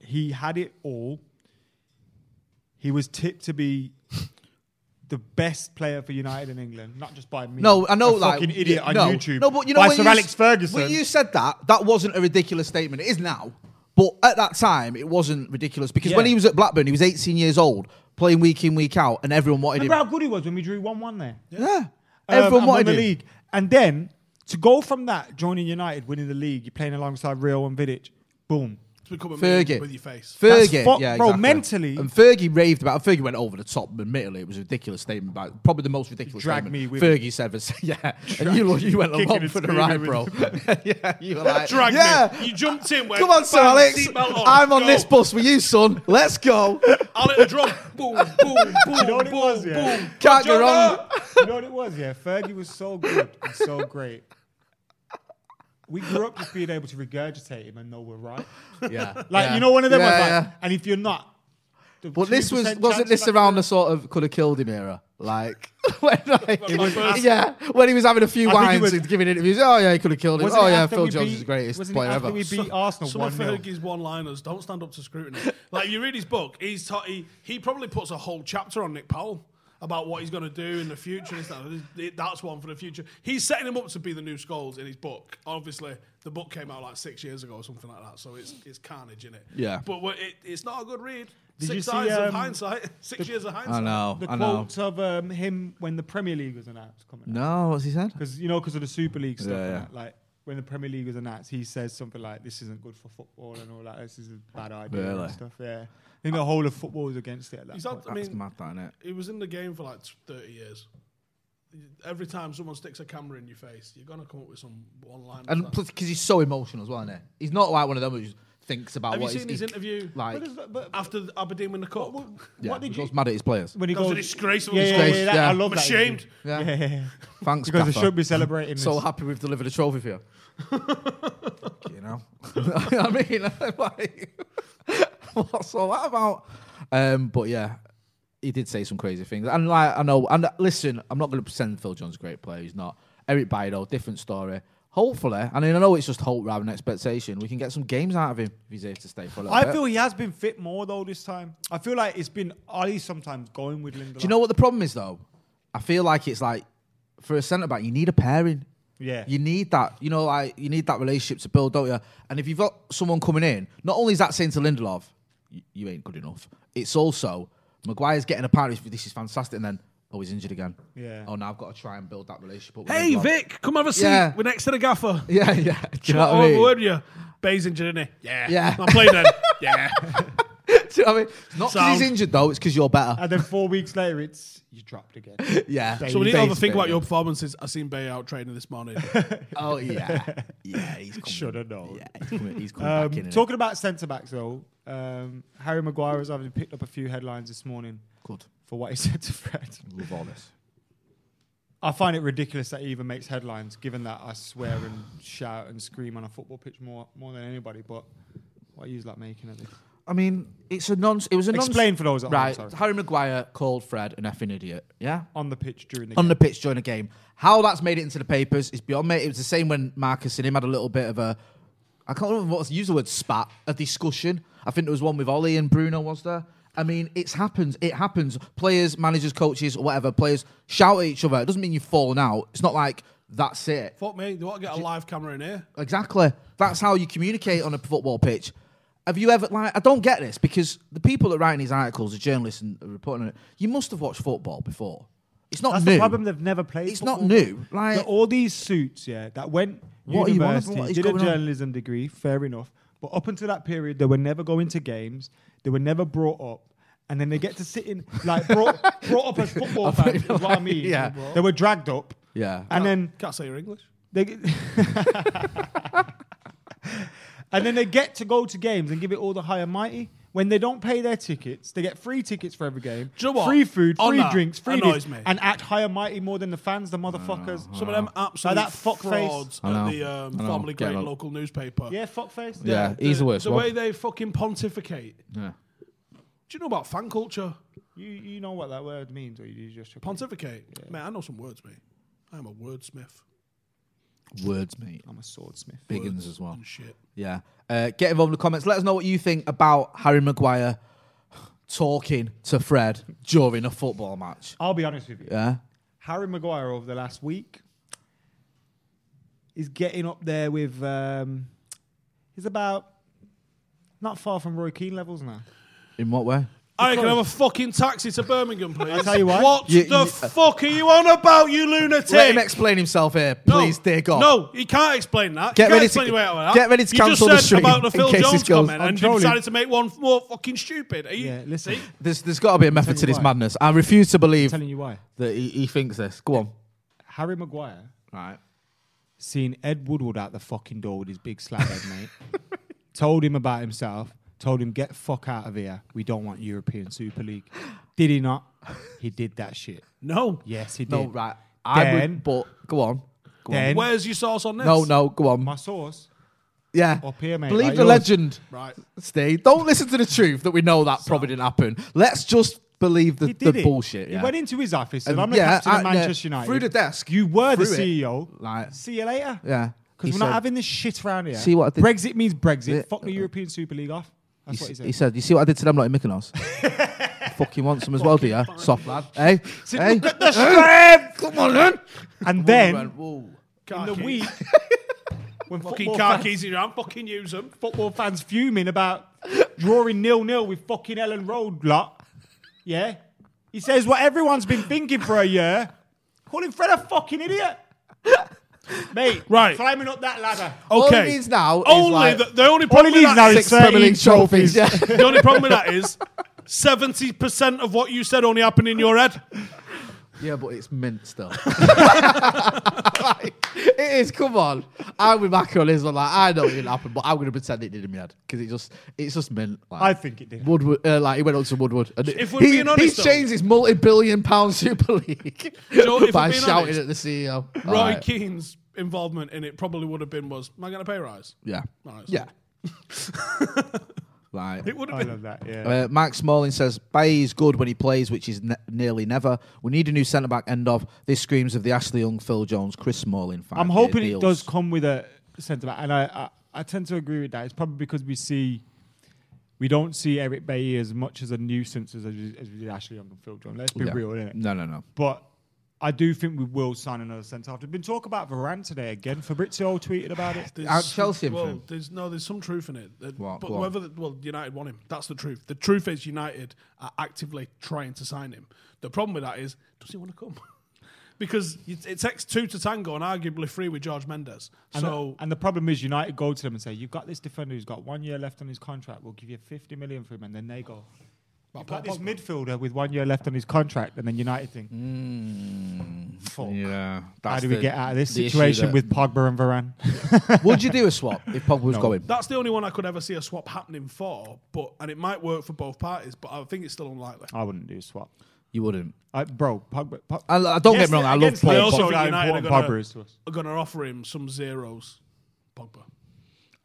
Speaker 4: he had it all. He was tipped to be. The best player for United in England, not just by me.
Speaker 5: No, I
Speaker 4: a
Speaker 5: know, like
Speaker 4: fucking idiot
Speaker 5: yeah,
Speaker 4: on
Speaker 5: no,
Speaker 4: YouTube.
Speaker 5: No, but you know,
Speaker 4: by
Speaker 5: when
Speaker 4: Sir
Speaker 5: you, s-
Speaker 4: Alex Ferguson.
Speaker 5: When you said that, that wasn't a ridiculous statement. It is now, but at that time, it wasn't ridiculous because when
Speaker 4: Yeah.
Speaker 5: he was at Blackburn, he was 18 years old, playing week in, week out, and everyone wanted
Speaker 4: Remember how
Speaker 5: him.
Speaker 4: good he was when we drew one-one there.
Speaker 5: Yeah,
Speaker 4: Um, and
Speaker 5: everyone
Speaker 4: won
Speaker 5: wanted
Speaker 4: the
Speaker 5: him.
Speaker 4: league. And then to go from that, joining United, winning the league, you're playing alongside Rio and Vidic, boom.
Speaker 3: It's become a meme
Speaker 5: Fergie
Speaker 3: with your face.
Speaker 4: That's
Speaker 5: Fergie,
Speaker 4: fuck-
Speaker 5: yeah,
Speaker 4: bro,
Speaker 5: exactly.
Speaker 4: mentally-
Speaker 5: And Fergie raved about. Fergie went over the top. Admittedly, it was a ridiculous statement. But probably the most ridiculous
Speaker 4: Drag
Speaker 5: statement
Speaker 4: me with
Speaker 5: Fergie ever said. (laughs) Yeah, and you, you went
Speaker 4: Kicking
Speaker 5: along
Speaker 4: and
Speaker 5: for the
Speaker 4: screaming
Speaker 5: ride,
Speaker 4: with
Speaker 5: bro. (laughs) yeah, you
Speaker 4: (laughs)
Speaker 5: were like,
Speaker 3: Drag me.
Speaker 5: yeah.
Speaker 3: You jumped in. Went,
Speaker 5: Come on, Sir
Speaker 3: bang,
Speaker 5: Alex.
Speaker 3: seatbelt
Speaker 5: I'm on
Speaker 3: go.
Speaker 5: this bus with you, son. Let's go.
Speaker 3: I'll hit the drum. boom,
Speaker 4: (laughs)
Speaker 3: boom, boom,
Speaker 4: know what it
Speaker 3: boom,
Speaker 4: was, yeah?
Speaker 3: boom.
Speaker 5: Can't go
Speaker 3: Jogger!
Speaker 5: wrong.
Speaker 4: you know what it was, yeah? Fergie was so good and so great. We grew up just being able to regurgitate him and know we're right.
Speaker 5: Yeah.
Speaker 4: (laughs) Like, you know, one of them
Speaker 5: Yeah,
Speaker 4: was like,
Speaker 5: yeah.
Speaker 4: and if you're not, the
Speaker 5: But this was
Speaker 4: 2%
Speaker 5: wasn't
Speaker 4: chance
Speaker 5: this
Speaker 4: that-
Speaker 5: around the sort of could have killed him era, like (laughs) when like,
Speaker 3: was-
Speaker 5: yeah, when he was having a few
Speaker 4: I think he
Speaker 5: wines
Speaker 4: was-
Speaker 5: and giving interviews. Oh yeah, he could have killed him.
Speaker 4: wasn't
Speaker 5: Oh
Speaker 4: it
Speaker 5: yeah,
Speaker 4: after
Speaker 5: Phil
Speaker 4: we
Speaker 5: Jones
Speaker 4: beat-
Speaker 5: is the greatest
Speaker 4: wasn't it
Speaker 5: player
Speaker 4: after
Speaker 5: ever.
Speaker 4: We beat Arsenal
Speaker 3: Some of
Speaker 4: 1-0.
Speaker 3: Fergie's one-liners don't stand up to scrutiny. Like you read his book, he's ta- he, he probably puts a whole chapter on Nick Powell. about what he's going to do in the future. And stuff. It- That's one for the future. He's setting him up to be the new Skulls in his book. Obviously, the book came out like six years ago or something like that, so it's it's carnage in it.
Speaker 5: Yeah.
Speaker 3: but what- it, it's not a good read.
Speaker 4: Did
Speaker 3: six
Speaker 4: you see,
Speaker 3: eyes of
Speaker 4: um,
Speaker 3: hindsight. (laughs) Six years of hindsight.
Speaker 5: I know.
Speaker 4: The
Speaker 5: I know.
Speaker 4: quotes of um, him when the Premier League was announced coming out.
Speaker 5: No, what's he said?
Speaker 4: Because, you know, because of the Super League stuff.
Speaker 5: Yeah,
Speaker 4: and
Speaker 5: yeah.
Speaker 4: that, like, when the Premier League was announced, he says something like, this isn't good for football and all that. This is a bad idea
Speaker 5: Really?
Speaker 4: and stuff. Yeah. I think the whole of football was against it at that
Speaker 3: He's
Speaker 4: point.
Speaker 3: had, I
Speaker 5: That's
Speaker 3: mean,
Speaker 5: mad, that, innit?
Speaker 3: he was in the game for like t- 30 years. Every time someone sticks a camera in your face, you're gonna come up with some one line.
Speaker 5: And plus, because he's so emotional as well, isn't he? He's not like one of them who just thinks about
Speaker 3: have you
Speaker 5: what
Speaker 3: seen
Speaker 5: he's
Speaker 3: his interview
Speaker 5: like.
Speaker 4: But, but, but
Speaker 3: after the Aberdeen win the cup?
Speaker 5: Yeah,
Speaker 4: what
Speaker 5: he
Speaker 4: did you...
Speaker 5: goes mad at his players.
Speaker 4: When he
Speaker 3: That was
Speaker 4: goes...
Speaker 3: a disgraceful
Speaker 4: yeah, yeah, yeah,
Speaker 5: disgrace,
Speaker 4: that-
Speaker 5: yeah.
Speaker 4: I love
Speaker 3: I'm
Speaker 4: that.
Speaker 3: ashamed.
Speaker 4: interview. (laughs)
Speaker 5: Yeah.
Speaker 4: Yeah, yeah, yeah.
Speaker 5: Thanks,
Speaker 4: Because they
Speaker 5: Gaffer.
Speaker 4: should be celebrating
Speaker 5: So
Speaker 4: this.
Speaker 5: happy we've delivered a trophy for you. (laughs) you know, (laughs) I mean, (laughs) like, what's all that about? Um, but yeah, he did say some crazy things, and like I know, and uh, listen, I'm not going to pretend Phil John's a great player. He's not. Eric Bido, different story. Hopefully, I mean, I know it's just hope rather than expectation. We can get some games out of him if he's here to stay for a little
Speaker 4: I
Speaker 5: bit.
Speaker 4: feel he has been fit more though this time. I feel like it's been Ali sometimes going with Lindelof.
Speaker 5: Do you know what the problem is though? I feel like it's like for a centre back, you need a pairing.
Speaker 4: Yeah.
Speaker 5: You need that, you know, like you need that relationship to build, don't you? And if you've got someone coming in, not only is that saying to Lindelof, you, you ain't good enough, it's also Maguire's getting a partner, this is fantastic, and then, oh, he's injured again.
Speaker 4: Yeah.
Speaker 5: Oh, now I've got to try and build that relationship up. With
Speaker 3: Hey
Speaker 5: Lindelof.
Speaker 3: Vic, come have a seat.
Speaker 5: Yeah.
Speaker 3: We're next to the gaffer.
Speaker 5: (laughs) Yeah, yeah. Do you know what I
Speaker 3: Oh,
Speaker 5: mean?
Speaker 3: would you? Bayes injured, didn't he? Yeah.
Speaker 5: Yeah.
Speaker 3: I played then. yeah.
Speaker 5: Do you know what I mean? It's not because
Speaker 3: Sound.
Speaker 5: he's injured, though, it's because you're better.
Speaker 4: (laughs) And then four weeks later, it's you dropped
Speaker 5: (laughs)
Speaker 4: again.
Speaker 5: Yeah.
Speaker 3: So we need to have a
Speaker 5: Bayes
Speaker 3: think about
Speaker 5: better.
Speaker 3: your performances. I seen Bay out training this morning.
Speaker 5: Oh, yeah. Yeah, he's coming.
Speaker 4: Shoulda known.
Speaker 5: Yeah, he's coming, he's coming back in.
Speaker 4: Um,
Speaker 5: innit?
Speaker 4: talking about centre backs though, um, Harry Maguire has having picked up a few headlines this morning
Speaker 5: Good.
Speaker 4: for what he (laughs) said to Fred.
Speaker 5: Love all this.
Speaker 4: I find it ridiculous that he even makes headlines, given that I swear and shout and scream on a football pitch more more than anybody. But what are you like making of this?
Speaker 5: I mean, it's a non. It was a non.
Speaker 4: Explain for those at home,
Speaker 5: right?
Speaker 4: sorry.
Speaker 5: Harry Maguire called Fred an effing idiot. Yeah.
Speaker 4: On the pitch during the
Speaker 5: On
Speaker 4: game.
Speaker 5: the pitch during a game, how that's made it into the papers is beyond me. It was the same when Marcus and him had a little bit of a, I can't remember what's use the word spat, a discussion. I think there was one with Ollie and Bruno, was there? I mean, it's happens. It happens. Players, managers, coaches, whatever. Players shout at each other. It doesn't mean you've fallen out. It's not like that's it.
Speaker 3: Fuck me. Do I get a live camera in here?
Speaker 5: Exactly. That's how you communicate on a football pitch. Have you ever like I don't get this because the people that write these articles, the journalists and are reporting on it, you must have watched football before. It's not
Speaker 4: That's
Speaker 5: new.
Speaker 4: the problem. They've never played.
Speaker 5: It's not
Speaker 4: football.
Speaker 5: new, like-
Speaker 4: That all these suits, yeah, that went
Speaker 5: What are you on about?
Speaker 4: university,
Speaker 5: What is
Speaker 4: did a
Speaker 5: going on?
Speaker 4: journalism degree, fair enough. But up until that period, they were never going to games. They were never brought up. And then they get to sit in, like, brought, brought
Speaker 5: (laughs)
Speaker 4: up as football fans, is what I mean.
Speaker 5: Yeah.
Speaker 4: They were dragged up.
Speaker 5: Yeah.
Speaker 4: And then
Speaker 3: Can't say your English.
Speaker 4: they get- (laughs) and then they get to go to games and give it all the high and mighty. When they don't pay their tickets, they get free tickets for every game,
Speaker 3: Do you know what?
Speaker 4: free food,
Speaker 3: On
Speaker 4: free
Speaker 3: that,
Speaker 4: drinks, free
Speaker 3: annoys
Speaker 4: this,
Speaker 3: me.
Speaker 4: and act high and mighty more than the fans, the motherfuckers.
Speaker 3: Some of them absolute
Speaker 4: Like that fuck face.
Speaker 3: frauds
Speaker 5: I know.
Speaker 3: at the um,
Speaker 5: I know.
Speaker 3: formerly
Speaker 5: Get
Speaker 3: great
Speaker 5: on.
Speaker 3: local newspaper.
Speaker 4: Yeah, fuckface.
Speaker 5: Yeah, he's the worst
Speaker 3: The
Speaker 5: one.
Speaker 3: way they fucking pontificate.
Speaker 5: Yeah.
Speaker 3: Do you know about fan culture?
Speaker 4: You you know what that word means, or you just
Speaker 3: Pontificate. Man, I know some words, mate. I'm a wordsmith.
Speaker 5: Words, mate.
Speaker 4: I'm a swordsmith.
Speaker 5: Big uns as well.
Speaker 3: and shit.
Speaker 5: Yeah. Uh, get involved in the comments. Let us know what you think about Harry Maguire talking to Fred during a football match.
Speaker 4: I'll be honest with you.
Speaker 5: Yeah.
Speaker 4: Harry Maguire over the last week is getting up there with. Um, he's about not far from Roy Keane levels now.
Speaker 5: In what way?
Speaker 3: I can have a fucking taxi to Birmingham, please. i
Speaker 4: tell you what.
Speaker 3: What
Speaker 5: You-
Speaker 3: the
Speaker 5: you-
Speaker 3: fuck are you on about, you lunatic?
Speaker 5: Let him explain himself here,
Speaker 3: No.
Speaker 5: please, dear God.
Speaker 3: No, he can't explain that. He
Speaker 5: Get
Speaker 3: can't
Speaker 5: ready to-
Speaker 3: explain your way out of that.
Speaker 5: get ready to
Speaker 3: you
Speaker 5: cancel the
Speaker 3: just said
Speaker 5: stream
Speaker 3: about the Phil
Speaker 5: (laughs) in case this
Speaker 3: Jones
Speaker 5: goes-
Speaker 3: comment
Speaker 5: I'm
Speaker 3: and
Speaker 5: trolling.
Speaker 3: decided to make one more fucking stupid. Are you-
Speaker 4: Yeah, listen.
Speaker 3: See?
Speaker 5: There's, there's got to be a method to
Speaker 4: you
Speaker 5: this
Speaker 4: why.
Speaker 5: madness. I refuse to believe
Speaker 4: telling you why.
Speaker 5: that he, he thinks this. Go on.
Speaker 4: Harry Maguire
Speaker 5: Right.
Speaker 4: seen Ed Woodward out the fucking door with his big slap head, mate. (laughs) told him about himself. Told him get fuck out of here. We don't want European Super League. Did he (laughs) not? He did that shit.
Speaker 3: No.
Speaker 4: Yes, he did.
Speaker 5: No, right. I
Speaker 4: Then-
Speaker 5: would, but go on. Go
Speaker 4: Then-
Speaker 3: Where's your source on this?
Speaker 5: on. No, no, go on.
Speaker 4: My source.
Speaker 5: yeah.
Speaker 4: up here, mate,
Speaker 5: Believe
Speaker 4: like
Speaker 5: the
Speaker 4: yours.
Speaker 5: legend.
Speaker 3: Right.
Speaker 5: Steve. Don't listen to the truth that we know that probably didn't happen. Let's just believe the,
Speaker 4: He did
Speaker 5: the
Speaker 4: it.
Speaker 5: bullshit. Yeah.
Speaker 4: He went into his office and
Speaker 5: Um,
Speaker 4: I'm the
Speaker 5: yeah,
Speaker 4: captain
Speaker 5: I-
Speaker 4: of
Speaker 5: yeah,
Speaker 4: Manchester United.
Speaker 5: through the desk,
Speaker 4: You were the
Speaker 5: through it.
Speaker 4: CEO.
Speaker 5: Like-
Speaker 4: See you later.
Speaker 5: Yeah.
Speaker 4: Because
Speaker 5: He
Speaker 4: we're
Speaker 5: said-
Speaker 4: not having this shit around here.
Speaker 5: See what I did-
Speaker 4: Brexit means Brexit.
Speaker 5: Yeah.
Speaker 4: Fuck the European Super League off.
Speaker 5: He,
Speaker 4: That's what he
Speaker 5: s-
Speaker 4: said.
Speaker 5: he said, "You see what I did to them, like in Mykonos?
Speaker 4: (laughs)
Speaker 5: Fucking want some as well, do you? Soft lad, hey, hey, come on, then."
Speaker 4: and then
Speaker 5: Went, Whoa.
Speaker 4: in the
Speaker 3: Khakis. (laughs)
Speaker 4: week, when
Speaker 3: Fucking
Speaker 4: football
Speaker 3: car
Speaker 4: fans,
Speaker 3: keys in your hand, fucking use them.
Speaker 4: football fans fuming about drawing nil nil with fucking Ellen Road lot, yeah, he says what everyone's been thinking for a year, calling Fred a fucking idiot. Mate,
Speaker 3: Right.
Speaker 4: climbing up that ladder.
Speaker 5: All
Speaker 3: Okay.
Speaker 5: he needs now is
Speaker 3: Only
Speaker 5: like
Speaker 3: the, the only
Speaker 4: All he
Speaker 3: problem with that
Speaker 4: needs now is
Speaker 5: six
Speaker 3: is
Speaker 5: Premier
Speaker 4: 13
Speaker 5: League trophies. Yeah.
Speaker 3: the only problem with that is seventy percent of what you said only happened in your head.
Speaker 5: Yeah, but it's
Speaker 3: (laughs)
Speaker 5: mint still. (laughs) Like, it is. Come on, I'm with Mac on this one. Like I know it didn't happen, but I'm going to pretend it did in my head because it just, it's just mint. Like,
Speaker 4: I think it did.
Speaker 5: Woodward, uh, like he went on to Woodward. And
Speaker 3: If we're
Speaker 5: he,
Speaker 3: being honest,
Speaker 5: he's changed his multi-billion-pound
Speaker 3: (laughs)
Speaker 5: Super League
Speaker 3: know, if
Speaker 5: (laughs) by
Speaker 3: we're being
Speaker 5: shouting
Speaker 3: honest,
Speaker 5: at the E CEO. All
Speaker 3: Roy
Speaker 5: right.
Speaker 3: Keane's involvement in it probably would have been was, am I going to pay rise?
Speaker 5: Yeah.
Speaker 3: All right, so-
Speaker 5: yeah. (laughs)
Speaker 3: (laughs)
Speaker 5: right.
Speaker 3: It would have
Speaker 4: I
Speaker 3: been.
Speaker 4: love that. Yeah.
Speaker 5: Uh, Max Smalling says, Baye is good when he plays, which is ne- nearly never. We need a new centre back end of. This screams of the Ashley Young, Phil Jones, Chris Smalling.
Speaker 4: I'm
Speaker 5: five-year
Speaker 4: hoping it
Speaker 5: deals."
Speaker 4: does come with a centre back, and I, I I tend to agree with that. It's probably because we see we don't see Eric Bailly as much as a nuisance as, as we did Ashley Young and Phil John. Let's be
Speaker 5: Yeah.
Speaker 4: real, innit?
Speaker 5: No, no, no.
Speaker 4: But I do think we will sign another centre half. There's been talk about Varane today again. Fabrizio tweeted about it.
Speaker 3: There's
Speaker 5: Out
Speaker 3: some-
Speaker 5: Chelsea in for
Speaker 3: well,
Speaker 5: him.
Speaker 3: there's no, there's some truth in it. Uh,
Speaker 5: What?
Speaker 3: But
Speaker 5: Go on.
Speaker 3: whether the, well, United want him, that's the truth. The truth is United are actively trying to sign him. The problem with that is, does he want to come? (laughs) because it, it takes two to tango, and arguably three with George Mendes.
Speaker 4: And,
Speaker 3: so
Speaker 4: the, and the problem is United go to them and say, "You've got this defender who's got one year left on his contract. We'll give you 50 million for him," and then they go. You've got this midfielder with one year left on his contract, and then United think,
Speaker 5: Mm,
Speaker 4: "Fuck."
Speaker 5: Yeah.
Speaker 4: How
Speaker 5: that's
Speaker 4: do we
Speaker 5: the-
Speaker 4: get out of this
Speaker 5: the issue
Speaker 4: situation
Speaker 5: that-
Speaker 4: with Pogba and Varane?
Speaker 5: (laughs) Would you do a swap if Pogba was going?
Speaker 3: that's the only one I could ever see a swap happening for. But and it might work for both parties, but I think it's still unlikely.
Speaker 4: I wouldn't do a swap.
Speaker 5: You wouldn't.
Speaker 4: I, bro, Pogba. Pog-
Speaker 5: I, I- don't get me wrong. I love
Speaker 3: I
Speaker 5: Paul.
Speaker 3: also
Speaker 5: Also,
Speaker 3: think
Speaker 4: how
Speaker 3: United are
Speaker 4: important
Speaker 3: gonna-
Speaker 4: Pogba is to us.
Speaker 3: Are going to offer him some zeros, Pogba.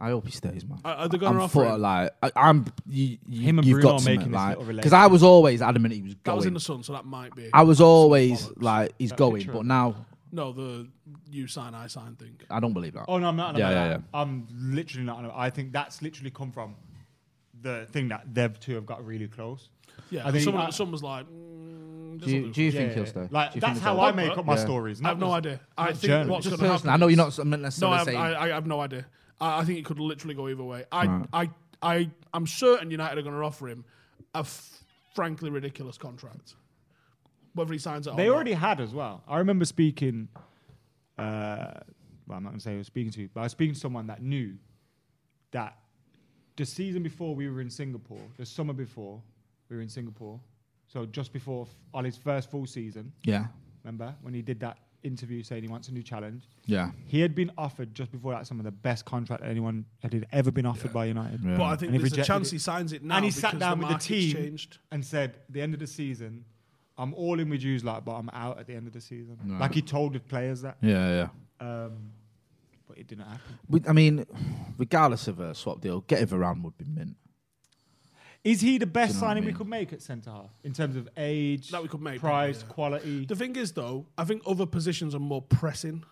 Speaker 5: I hope he stays, man.
Speaker 3: Are- are they gonna
Speaker 5: I'm
Speaker 3: offer
Speaker 5: full
Speaker 3: him?
Speaker 5: of, like I, I'm. You, you,
Speaker 4: Him and
Speaker 5: you've
Speaker 4: Bruno
Speaker 5: got
Speaker 4: making
Speaker 5: something
Speaker 4: this
Speaker 5: like
Speaker 4: little
Speaker 5: because I was always adamant he was
Speaker 3: That was in
Speaker 5: going.
Speaker 3: the sun, so that might be.
Speaker 5: I was always
Speaker 3: bollocks.
Speaker 5: like he's going,
Speaker 4: picture
Speaker 5: but
Speaker 4: of-
Speaker 5: now
Speaker 3: no, the you sign, I sign thing.
Speaker 5: I don't believe that.
Speaker 4: Oh no, I'm not. on
Speaker 5: Yeah,
Speaker 4: about
Speaker 5: yeah,
Speaker 4: that.
Speaker 5: yeah.
Speaker 4: I'm literally not. on about- I think that's literally come from the thing that Dev two have got really close.
Speaker 3: Yeah,
Speaker 4: I think
Speaker 3: someone,
Speaker 4: I-
Speaker 3: someone was like, mm,
Speaker 5: Do you, do you think he'll stay?
Speaker 4: Like
Speaker 5: Do you think
Speaker 4: that's
Speaker 5: he'll
Speaker 4: how
Speaker 5: stay?
Speaker 4: I make up my
Speaker 5: Yeah.
Speaker 4: stories.
Speaker 3: I have
Speaker 4: not
Speaker 3: no
Speaker 4: as-
Speaker 3: idea. I
Speaker 4: not
Speaker 3: think
Speaker 4: journalist.
Speaker 3: what's going
Speaker 5: Just
Speaker 3: to
Speaker 5: personally,
Speaker 3: happen.
Speaker 5: I know
Speaker 3: is-
Speaker 5: you're not
Speaker 3: No,
Speaker 5: necessarily
Speaker 3: I have,
Speaker 5: saying.
Speaker 3: I, I have no idea. I, I think it could literally go either way. I, I, I, I'm certain United are going to offer him a f- frankly ridiculous contract, whether he signs it. or
Speaker 4: They
Speaker 3: not.
Speaker 4: already had as well. I remember speaking. Uh, well, I'm not going to say who I was speaking to, but I was speaking to someone that knew that the season before we were in Singapore, the summer before we were in Singapore, so just before f- Ollie's first full season,
Speaker 5: yeah,
Speaker 4: remember when he did that interview saying he wants a new challenge?
Speaker 5: yeah.
Speaker 4: He had been offered just before that some of the best contract anyone had ever been offered by United.
Speaker 3: But I think
Speaker 4: And he
Speaker 3: there's a
Speaker 4: rejected
Speaker 3: chance
Speaker 4: it.
Speaker 3: he signs it now.
Speaker 4: and he sat
Speaker 3: because
Speaker 4: down
Speaker 3: the
Speaker 4: with the
Speaker 3: market's
Speaker 4: team
Speaker 3: Changed.
Speaker 4: and said, "At the end of the season, I'm all in with yous, like, but I'm out at the end of the season." Like he told the players that,
Speaker 5: Yeah, yeah.
Speaker 4: um, but it didn't happen.
Speaker 5: We, I mean, regardless of a swap deal, getting Varane would be mint.
Speaker 4: Is he the best
Speaker 5: know what I
Speaker 4: signing we
Speaker 5: mean?
Speaker 4: could make at centre half in terms of age,
Speaker 3: That we could make,
Speaker 4: price,
Speaker 3: yeah.
Speaker 4: quality?
Speaker 3: The thing is, though, I think other positions are more pressing.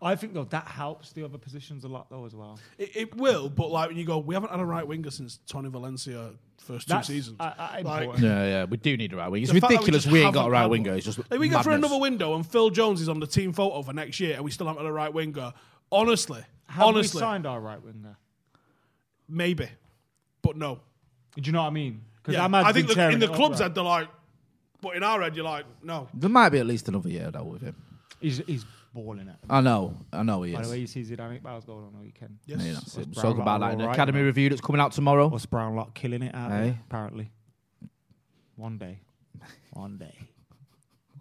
Speaker 4: I think though that helps the other positions a lot though as well.
Speaker 3: It, it will, but like when you go, we haven't had a right winger since Tony Valencia first
Speaker 4: That's,
Speaker 3: two seasons.
Speaker 4: uh, uh,
Speaker 3: Like,
Speaker 4: important.
Speaker 5: Yeah, yeah. We do need a right winger. It's
Speaker 3: the fact that
Speaker 5: ridiculous.
Speaker 3: just
Speaker 5: We, ain't got a
Speaker 3: haven't
Speaker 5: right
Speaker 3: had one.
Speaker 5: winger. It's just
Speaker 3: like we go for
Speaker 5: madness.
Speaker 3: another window, and Phil Jones is on the team photo for next year, and we still haven't had a right winger. Honestly,
Speaker 4: Have
Speaker 3: honestly,
Speaker 4: we signed our right winger?
Speaker 3: maybe, but no.
Speaker 4: Do you know what I mean? Because
Speaker 3: Yeah,
Speaker 4: Ahmad's
Speaker 3: I think
Speaker 4: been
Speaker 3: the, in
Speaker 4: tearing
Speaker 3: the
Speaker 4: it up,
Speaker 3: clubs
Speaker 4: right?
Speaker 3: had they're like, but in our head you're like, no.
Speaker 5: There might be at least another year though with him.
Speaker 4: he's, he's balling it.
Speaker 5: I know. I know he
Speaker 4: By the way,
Speaker 5: is.
Speaker 4: you see Zidane Bowles goal on the weekend.
Speaker 3: Yes.
Speaker 5: Yeah, that's it. We'll
Speaker 4: Brown
Speaker 5: talk about
Speaker 4: are
Speaker 5: that in the
Speaker 4: alright,
Speaker 5: academy
Speaker 4: man.
Speaker 5: review that's coming out tomorrow.
Speaker 4: Us Brownlock killing it out
Speaker 5: Hey.
Speaker 4: there, apparently. One day. (laughs) One day.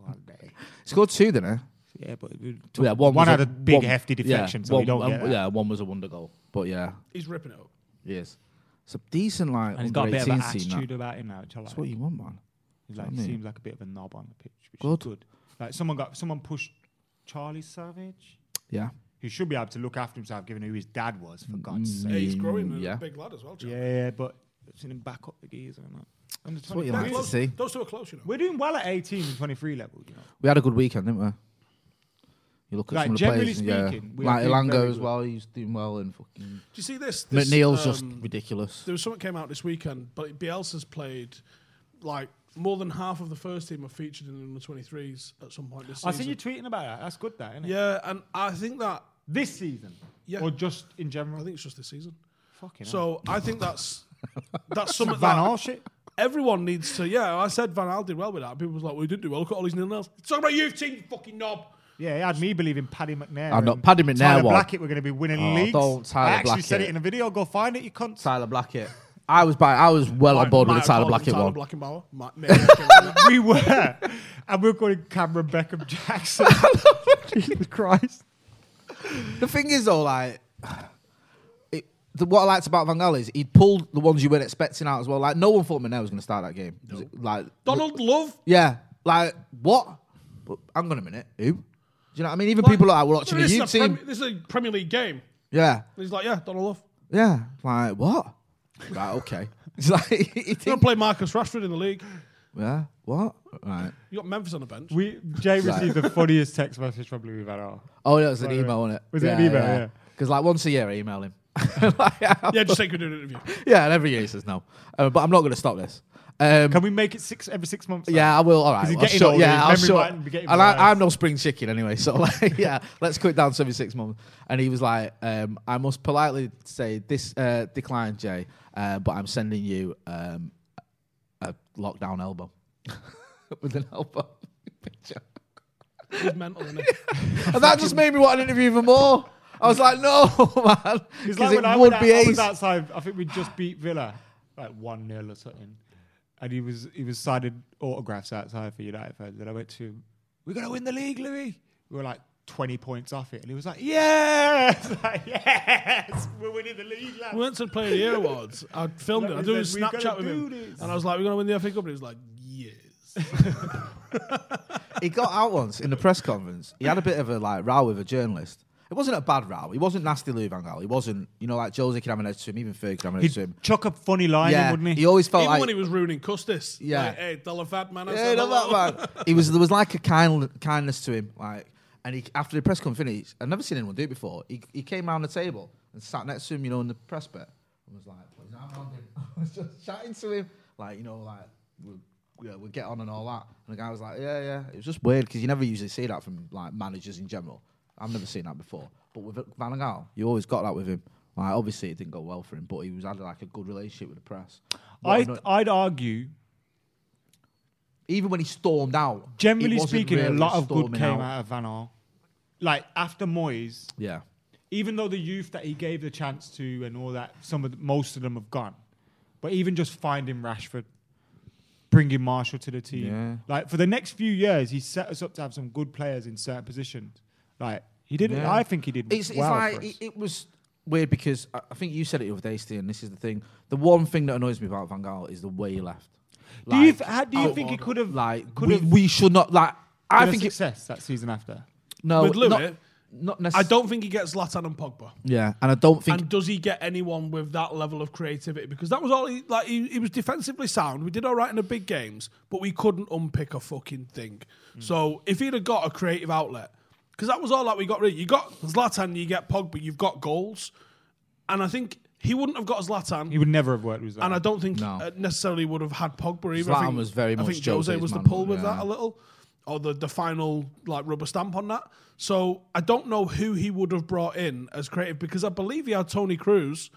Speaker 4: One day.
Speaker 5: Scored two, didn't he?
Speaker 4: Yeah, but
Speaker 5: Yeah,
Speaker 4: one
Speaker 5: one, was
Speaker 4: had a big
Speaker 5: one-
Speaker 4: hefty
Speaker 5: yeah,
Speaker 4: deflection, so we
Speaker 5: one-
Speaker 4: don't
Speaker 5: um,
Speaker 4: get that.
Speaker 5: Yeah, one was a wonder goal, but yeah,
Speaker 3: He's ripping it up.
Speaker 5: he is. It's a decent like
Speaker 4: And he's
Speaker 5: under
Speaker 4: got a bit of an
Speaker 5: 18 team. that.
Speaker 4: attitude about him now, which I like.
Speaker 5: That's what you want, man.
Speaker 4: He's like,
Speaker 5: I mean.
Speaker 4: seems like a bit of a knob on the pitch, which
Speaker 5: Good.
Speaker 4: is good. Like someone got someone pushed Charlie Savage,
Speaker 5: Yeah,
Speaker 4: who should be able to look after himself given who his dad was, for God's
Speaker 5: Mm,
Speaker 3: Yeah,
Speaker 4: sake.
Speaker 3: he's growing. and
Speaker 5: yeah.
Speaker 3: a big lad as well. Jack.
Speaker 4: Yeah, yeah, but seen him back up the gears and that. Under
Speaker 5: what
Speaker 4: 23.
Speaker 5: you like.
Speaker 3: They're close.
Speaker 5: see.
Speaker 3: Those two are close, you know.
Speaker 4: We're doing well at 18 and 23 level, you know.
Speaker 5: we had a good weekend, didn't we? You look at
Speaker 4: Like,
Speaker 5: some of the
Speaker 4: generally
Speaker 5: players, and yeah,
Speaker 4: speaking, we are
Speaker 5: like
Speaker 4: doing
Speaker 5: Elango
Speaker 4: very
Speaker 5: as
Speaker 4: good.
Speaker 5: well. He's doing well and fucking
Speaker 3: Do you see this? this
Speaker 5: McNeil's just
Speaker 3: um,
Speaker 5: ridiculous.
Speaker 3: There was something came out this weekend, but Bielsa's played like more than half of the first team are featured in the under 23s at some point this
Speaker 4: I
Speaker 3: season.
Speaker 4: see you tweeting about that. That's good, that, isn't it?
Speaker 3: yeah, and I think that
Speaker 4: This season?
Speaker 3: Yeah.
Speaker 4: Or just in general?
Speaker 3: I think it's just this season.
Speaker 4: Fucking hell.
Speaker 3: So I think
Speaker 5: (laughs)
Speaker 3: that's that's something
Speaker 4: Van
Speaker 3: that
Speaker 4: Gaal shit?
Speaker 3: everyone needs to. Yeah, I said Van Al did well with that. People was like, "Well, he didn't do well. Look at all these nil nils." Talk about youth team, you fucking knob.
Speaker 4: Yeah, it had me believing Paddy McNair.
Speaker 5: I'm not-
Speaker 4: and
Speaker 5: Paddy McNair
Speaker 4: Tyler
Speaker 5: what?
Speaker 4: Blackett were going to be winning
Speaker 5: Oh,
Speaker 4: leagues.
Speaker 5: don't Tyler
Speaker 4: I actually said
Speaker 5: Blackett.
Speaker 4: it in a video. Go find it, you cunt.
Speaker 5: Tyler Blackett. (laughs) I was by. I was well on board with
Speaker 3: Might
Speaker 5: the
Speaker 3: have
Speaker 5: Tyler
Speaker 3: called
Speaker 5: Blackett
Speaker 3: him Tyler
Speaker 4: (laughs)
Speaker 5: one.
Speaker 3: Blackenbauer. Might- maybe I came up with that.
Speaker 4: we were, and we were calling Cameron Beckham
Speaker 5: (laughs)
Speaker 4: Jackson. Jesus Christ!
Speaker 5: The thing is, though, like, (sighs) it, the, what I liked about Van Gaal is he pulled the ones you weren't expecting out as well. Like, no one thought Manet was going to start that game. Was it, like,
Speaker 3: Donald Love.
Speaker 5: yeah, like what? But hang on a minute, who? Do you know what I mean? Even
Speaker 3: Like,
Speaker 5: people that were watching the
Speaker 3: this is
Speaker 5: youth
Speaker 3: a
Speaker 5: team,
Speaker 3: Prem- this is a Premier League game.
Speaker 5: yeah,
Speaker 3: And he's like, "Yeah, Donald Love."
Speaker 5: yeah, like what? Right, okay. (laughs) It's like, he
Speaker 3: You
Speaker 5: didn't
Speaker 3: don't play Marcus Rashford in the league.
Speaker 5: (laughs) Yeah, what? Right.
Speaker 3: You got Memphis on the bench.
Speaker 4: We Jay received the funniest text message probably we've had. all.
Speaker 5: Oh, yeah, it was an
Speaker 4: Right, right.
Speaker 5: email, wasn't it?
Speaker 4: Was it an email? Yeah.
Speaker 5: Because like once a year, I email him.
Speaker 3: (laughs)
Speaker 5: (laughs)
Speaker 3: yeah, just think we're doing an interview.
Speaker 5: Yeah, and every year he says no. Uh, but I'm not going to stop this. Um,
Speaker 4: Can we make it six every six months?
Speaker 5: Yeah, I will. All right.
Speaker 4: he's
Speaker 5: I'll
Speaker 4: getting
Speaker 5: shut-
Speaker 4: older, his
Speaker 5: yeah, I'll
Speaker 4: memory
Speaker 5: shut-
Speaker 4: might be getting
Speaker 5: and I,
Speaker 4: worse.
Speaker 5: I'm no spring chicken anyway, so (laughs) like, yeah, let's cut it down to every six months. And he was like, um, I must politely say this uh, decline, Jay, uh, but I'm sending you um, a lockdown elbow (laughs) with an elbow picture.
Speaker 3: He's mental, isn't he?
Speaker 5: (laughs) And that just made me want an interview even more. I was like, no, (laughs) man,
Speaker 4: It's
Speaker 5: because
Speaker 4: like
Speaker 5: it
Speaker 4: when I,
Speaker 5: would
Speaker 4: went
Speaker 5: be
Speaker 4: out, I was
Speaker 5: ace.
Speaker 4: outside. I think we just beat Villa like one 0 or something, and he was he was signing autographs outside for United fans. And I went to him, "We're gonna win the league, Louis." We were like twenty points off it, and he was like, "Yes, (laughs) like, yes, we're winning the league." lads."
Speaker 3: We went to the Player of the Year awards. I filmed it. I
Speaker 4: Like
Speaker 3: do a
Speaker 4: we said, we gotta
Speaker 3: Snapchat with
Speaker 4: do
Speaker 3: him,
Speaker 4: this.
Speaker 3: and I was like, "We're gonna win the FA Cup." And he was like, "Yes."
Speaker 5: he got out once in the press conference. He had a bit of a like row with a journalist. It wasn't a bad row. He wasn't nasty Louis Van Gaal. He wasn't, you know, like Jose can have an edge to him, even Fergie can have an edge to
Speaker 4: He'd
Speaker 5: him.
Speaker 4: chuck a funny line, in,
Speaker 5: Yeah,
Speaker 4: wouldn't he?
Speaker 5: he always felt
Speaker 3: Even
Speaker 5: like
Speaker 3: when he was ruining Custis.
Speaker 5: Yeah.
Speaker 3: Like, hey, dollar fat man. I
Speaker 5: yeah,
Speaker 3: said
Speaker 5: not
Speaker 3: hello."
Speaker 5: that man. He was there was like a kind kindness to him, like, and he after the press conference finished, I've never seen anyone do it before. He he came round the table and sat next to him, you know, in the press bit, and was like, put his arm around him, (laughs) I was just chatting to him, like, you know, like. We'll, yeah, we'll get on and all that. And the guy was like, Yeah, yeah. It was just weird because you never usually see that from like managers in general. I've never seen that before. But with Van Gaal, you always got that with him. Like, obviously, it didn't go well for him, but he was had like a good relationship with the press. But
Speaker 4: I,
Speaker 5: I'm not-
Speaker 4: I'd argue,
Speaker 5: even when he stormed out.
Speaker 4: generally
Speaker 5: it wasn't
Speaker 4: speaking, a
Speaker 5: really
Speaker 4: lot of good
Speaker 5: storming
Speaker 4: came out of Van Gaal. Like after Moyes,
Speaker 5: Yeah,
Speaker 4: even though the youth that he gave the chance to and all that, some of the, most of them have gone. But even just finding Rashford, bringing Marshall to the team,
Speaker 5: Yeah.
Speaker 4: like for the next few years, he set us up to have some good players in certain positions. Like he didn't.
Speaker 5: Yeah.
Speaker 4: I think he did.
Speaker 5: it's, it's
Speaker 4: well
Speaker 5: like
Speaker 4: for us.
Speaker 5: it, it was weird because I, I think you said it the other day, Steve, and this is the thing. The one thing that annoys me about Van Gaal is the way he left.
Speaker 4: do you
Speaker 5: Like,
Speaker 4: th- how do you think he could have
Speaker 5: like
Speaker 4: could
Speaker 5: we,
Speaker 4: have
Speaker 5: we should not like? I think it,
Speaker 4: success that season after?
Speaker 5: no,
Speaker 3: With Louis,
Speaker 5: not, not
Speaker 3: I
Speaker 5: necessarily.
Speaker 3: don't think he gets Latan and Pogba.
Speaker 5: Yeah, and I don't think
Speaker 3: And does he get anyone with that level of creativity? Because that was all he like. He, he was defensively sound. We did all right in the big games, but we couldn't unpick a fucking thing.
Speaker 5: Hmm.
Speaker 3: So if he'd have got a creative outlet, because that was all that we got. Really, you got Zlatan, you get Pogba, you've got goals, and I think he wouldn't have got Zlatan.
Speaker 4: He would never have worked with that.
Speaker 3: And I don't think
Speaker 5: No.
Speaker 3: uh, necessarily would have had Pogba either. I
Speaker 5: Zlatan
Speaker 3: think,
Speaker 5: was very
Speaker 3: I
Speaker 5: much
Speaker 3: think Jose
Speaker 5: Jose's
Speaker 3: was the
Speaker 5: man,
Speaker 3: pull with
Speaker 5: yeah.
Speaker 3: that a little, or the, the final like rubber stamp on that. So I don't know who he would have brought in as creative because I believe he had Tony Cruz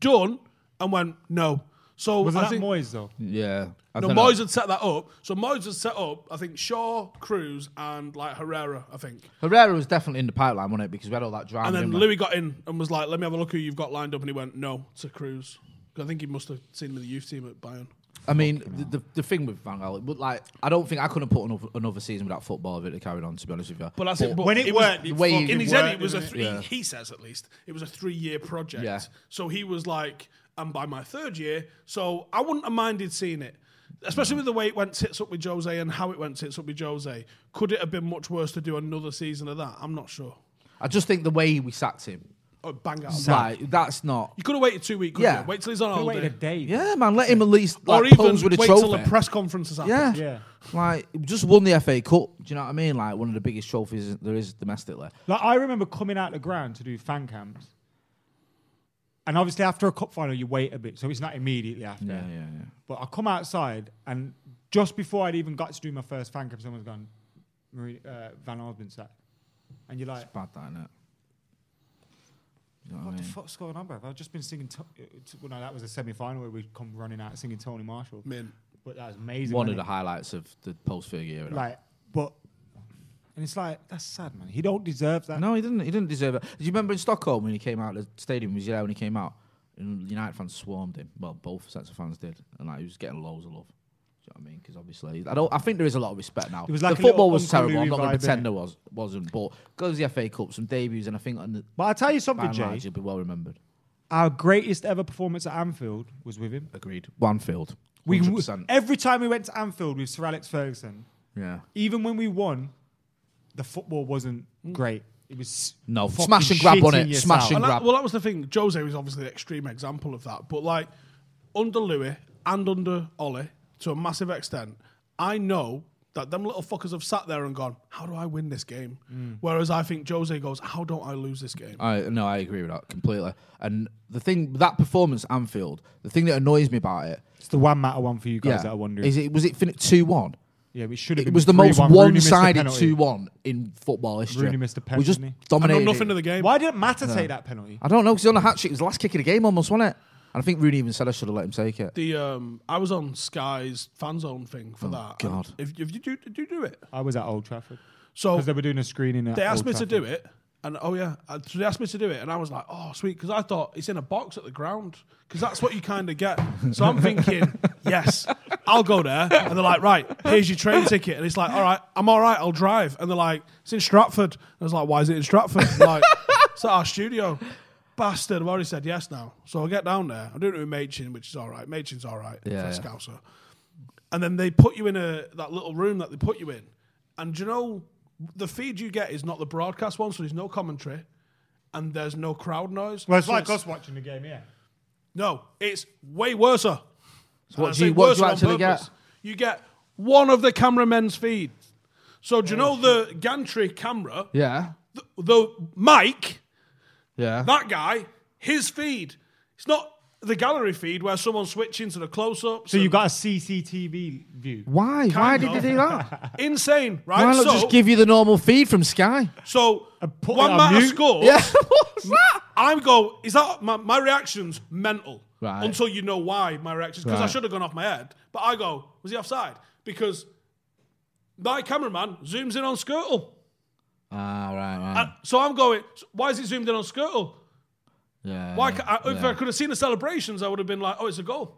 Speaker 3: done and went no. So
Speaker 4: was
Speaker 3: I
Speaker 4: that
Speaker 3: think
Speaker 4: Moyes though?
Speaker 5: yeah. I
Speaker 3: no
Speaker 5: don't know.
Speaker 3: Moyes had set that up. So Moyes had set up I think Shaw, Cruz, and like Herrera. I think.
Speaker 5: Herrera was definitely in the pipeline, wasn't it? Because we had all that drama.
Speaker 3: And then
Speaker 5: didn't we?
Speaker 3: Louis got in and was like, "Let me have a look who you've got lined up," and he went no to Cruz. I think he must have seen him in the youth team at Bayern.
Speaker 5: I mean, the, the, the thing with Van Gaal, but like, I don't think I couldn't put another, another season without football if it had carried on. To be honest with you,
Speaker 3: But that's it. But
Speaker 4: when it
Speaker 3: was-
Speaker 4: worked, it
Speaker 5: way
Speaker 4: fucking
Speaker 3: in his
Speaker 4: worked,
Speaker 3: head, it was a
Speaker 4: didn't it?
Speaker 3: three.
Speaker 5: Yeah.
Speaker 3: He says at least it was a three-year project.
Speaker 5: Yeah.
Speaker 3: So he was like, and by my third year, so I wouldn't have minded seeing it, especially with the way it went tits up with Jose and how it went tits up with Jose. Could it have been much worse to do another season of that? I'm not sure.
Speaker 5: I just think the way we sacked him
Speaker 3: a bang out. of that.
Speaker 5: Right, that's not.
Speaker 3: You could have waited two weeks. couldn't
Speaker 5: Yeah.
Speaker 3: you? wait till he's on
Speaker 4: Could've
Speaker 3: holiday,
Speaker 4: waited a day.
Speaker 5: Yeah, man, let him at least
Speaker 3: or
Speaker 5: like,
Speaker 3: even
Speaker 5: pose with a
Speaker 3: wait
Speaker 5: trophy.
Speaker 3: till the press conference is happened.
Speaker 5: yeah.
Speaker 4: Yeah.
Speaker 5: like just won the FA Cup. Do you know what I mean? Like one of the biggest trophies there is domestically.
Speaker 4: Like I remember coming out the ground to do fan cams, and obviously after a cup final you wait a bit, so it's not immediately after.
Speaker 5: Yeah, yeah, yeah.
Speaker 4: But I come outside, and just before I'd even got to do my first fan cam, someone's gone, Marie, uh, Van Alden's sacked. And you're like,
Speaker 5: It's bad, that innit? You know what,
Speaker 4: what
Speaker 5: I
Speaker 4: the
Speaker 5: mean?
Speaker 4: fuck's going on, bro? I've just been singing. To- uh, to- well, no, that was the semi final where we'd come running out singing Tony Marshall.
Speaker 3: Man.
Speaker 4: But that was amazing.
Speaker 5: One of
Speaker 4: wasn't
Speaker 5: the
Speaker 4: it?
Speaker 5: highlights of the post Fergie era.
Speaker 4: Like, but, and it's like, that's sad, man. He don't deserve that.
Speaker 5: no, he didn't. He didn't deserve it. Do you remember in Stockholm when he came out? The stadium was there when he came out. And United fans swarmed him. Well, both sets of fans did, and like he was getting loads of love. Do you know what I mean? Because obviously, I don't. I think there is a lot of respect now.
Speaker 4: It was like
Speaker 5: the
Speaker 4: a little
Speaker 5: football was
Speaker 4: Uncle
Speaker 5: terrible. I'm
Speaker 4: Louis
Speaker 5: not going
Speaker 4: vibe,
Speaker 5: to pretend
Speaker 4: innit?
Speaker 5: there was wasn't, but goes the FA Cup, some debuts, and I think on the
Speaker 4: But I'll tell you
Speaker 5: by
Speaker 4: something,
Speaker 5: and large,
Speaker 4: Jay.
Speaker 5: he'll be well remembered.
Speaker 4: Our greatest ever performance at Anfield was with him.
Speaker 5: Agreed. Wanfield.
Speaker 4: We,
Speaker 5: 100%.
Speaker 4: every time we went to Anfield with Sir Alex Ferguson,
Speaker 5: yeah.
Speaker 4: even when we won, the football wasn't great. It was
Speaker 5: Mm. No,
Speaker 4: fucking
Speaker 5: smash and grab,
Speaker 4: shitting
Speaker 5: wasn't it?
Speaker 4: yourself.
Speaker 5: Smash and
Speaker 3: And that-
Speaker 5: grab.
Speaker 3: well, that was the thing. Jose was obviously the extreme example of that. But like under Louis and under Ollie, to a massive extent, I know that them little fuckers have sat there and gone, "How do I win this game?" Whereas I think Jose goes, "How don't I lose this game?"
Speaker 5: I no, I agree with that completely. And the thing that performance Anfield, the thing that annoys me about it,
Speaker 4: It's the one matter one for you guys
Speaker 5: yeah,
Speaker 4: that are wondering.
Speaker 5: is it was it finished two one.
Speaker 4: yeah, it should have
Speaker 5: It
Speaker 4: been
Speaker 5: was the most
Speaker 4: 3-1. Rooney missed the
Speaker 5: one-sided
Speaker 4: penalty.
Speaker 5: two one in football history.
Speaker 4: Rooney missed the
Speaker 5: We just
Speaker 3: I
Speaker 4: penalty.
Speaker 3: know
Speaker 5: dominated.
Speaker 3: nothing
Speaker 5: it.
Speaker 3: of the game.
Speaker 4: Why didn't Mata take that penalty?
Speaker 5: I don't know because on the hat trick, it was the last kick of the game almost, wasn't it? And I think Rooney even said I should have let him take it.
Speaker 3: The um, I was on Sky's fan zone thing for that.
Speaker 5: God.
Speaker 3: And if, if you do, did you do it?
Speaker 4: I was at Old Trafford
Speaker 3: So
Speaker 4: because they were doing a screening. At
Speaker 3: they asked
Speaker 4: Old
Speaker 3: me to
Speaker 4: Trafford.
Speaker 3: do it, and oh yeah, uh, so they asked me to do it, and I was like, oh sweet, because I thought it's in a box at the ground, because that's what you kind of get. So I'm thinking, (laughs) yes, I'll go there, and they're like, right, here's your train ticket, and it's like, all right, I'm all right, I'll drive, and they're like, it's in Stratford. I was like, why is it in Stratford? I'm like, (laughs) it's at our studio. Bastard, I've already said yes now. So I get down there. I do it with Machin, which is all right. Machin's all right.
Speaker 5: Yeah,
Speaker 3: for
Speaker 5: yeah.
Speaker 3: Scouser and then they put you in a that little room that they put you in. And do you know the feed you get is not the broadcast one, so there's no commentary and there's no crowd noise.
Speaker 4: Well, it's
Speaker 3: So
Speaker 4: like us watching the game, yeah.
Speaker 3: No, it's way worse. So
Speaker 5: what do you- what do you actually get?
Speaker 3: You get one of the cameramen's feed. So do you know the gantry camera?
Speaker 5: Oh, Yeah,
Speaker 3: The, the mic,
Speaker 5: yeah.
Speaker 3: that guy, his feed. It's not the gallery feed where someone switching to the close-ups.
Speaker 4: So you
Speaker 3: and-
Speaker 4: got a CCTV view.
Speaker 5: Why? Why did
Speaker 3: of.
Speaker 5: they
Speaker 3: (laughs)
Speaker 5: do that?
Speaker 3: insane, right?
Speaker 5: Why not
Speaker 3: so,
Speaker 5: just give you the normal feed
Speaker 3: (laughs)
Speaker 5: from Sky?
Speaker 3: So
Speaker 4: put it
Speaker 3: one
Speaker 4: on
Speaker 3: matter
Speaker 4: mute.
Speaker 3: scores.
Speaker 5: Yeah, what's that?
Speaker 3: I'm go. Is that my, my reaction's mental?
Speaker 5: Right.
Speaker 3: Until you know why my reactions, because I
Speaker 5: Right.
Speaker 3: should have gone off my head. But I go, was he offside? Because my cameraman zooms in on Skirtle.
Speaker 5: Ah, right, right.
Speaker 3: And so I'm going, "S- why is he zoomed in on Skirtle?
Speaker 5: yeah.
Speaker 3: Why? ca- I, if I could have seen the celebrations, I would have been like, oh, it's a goal.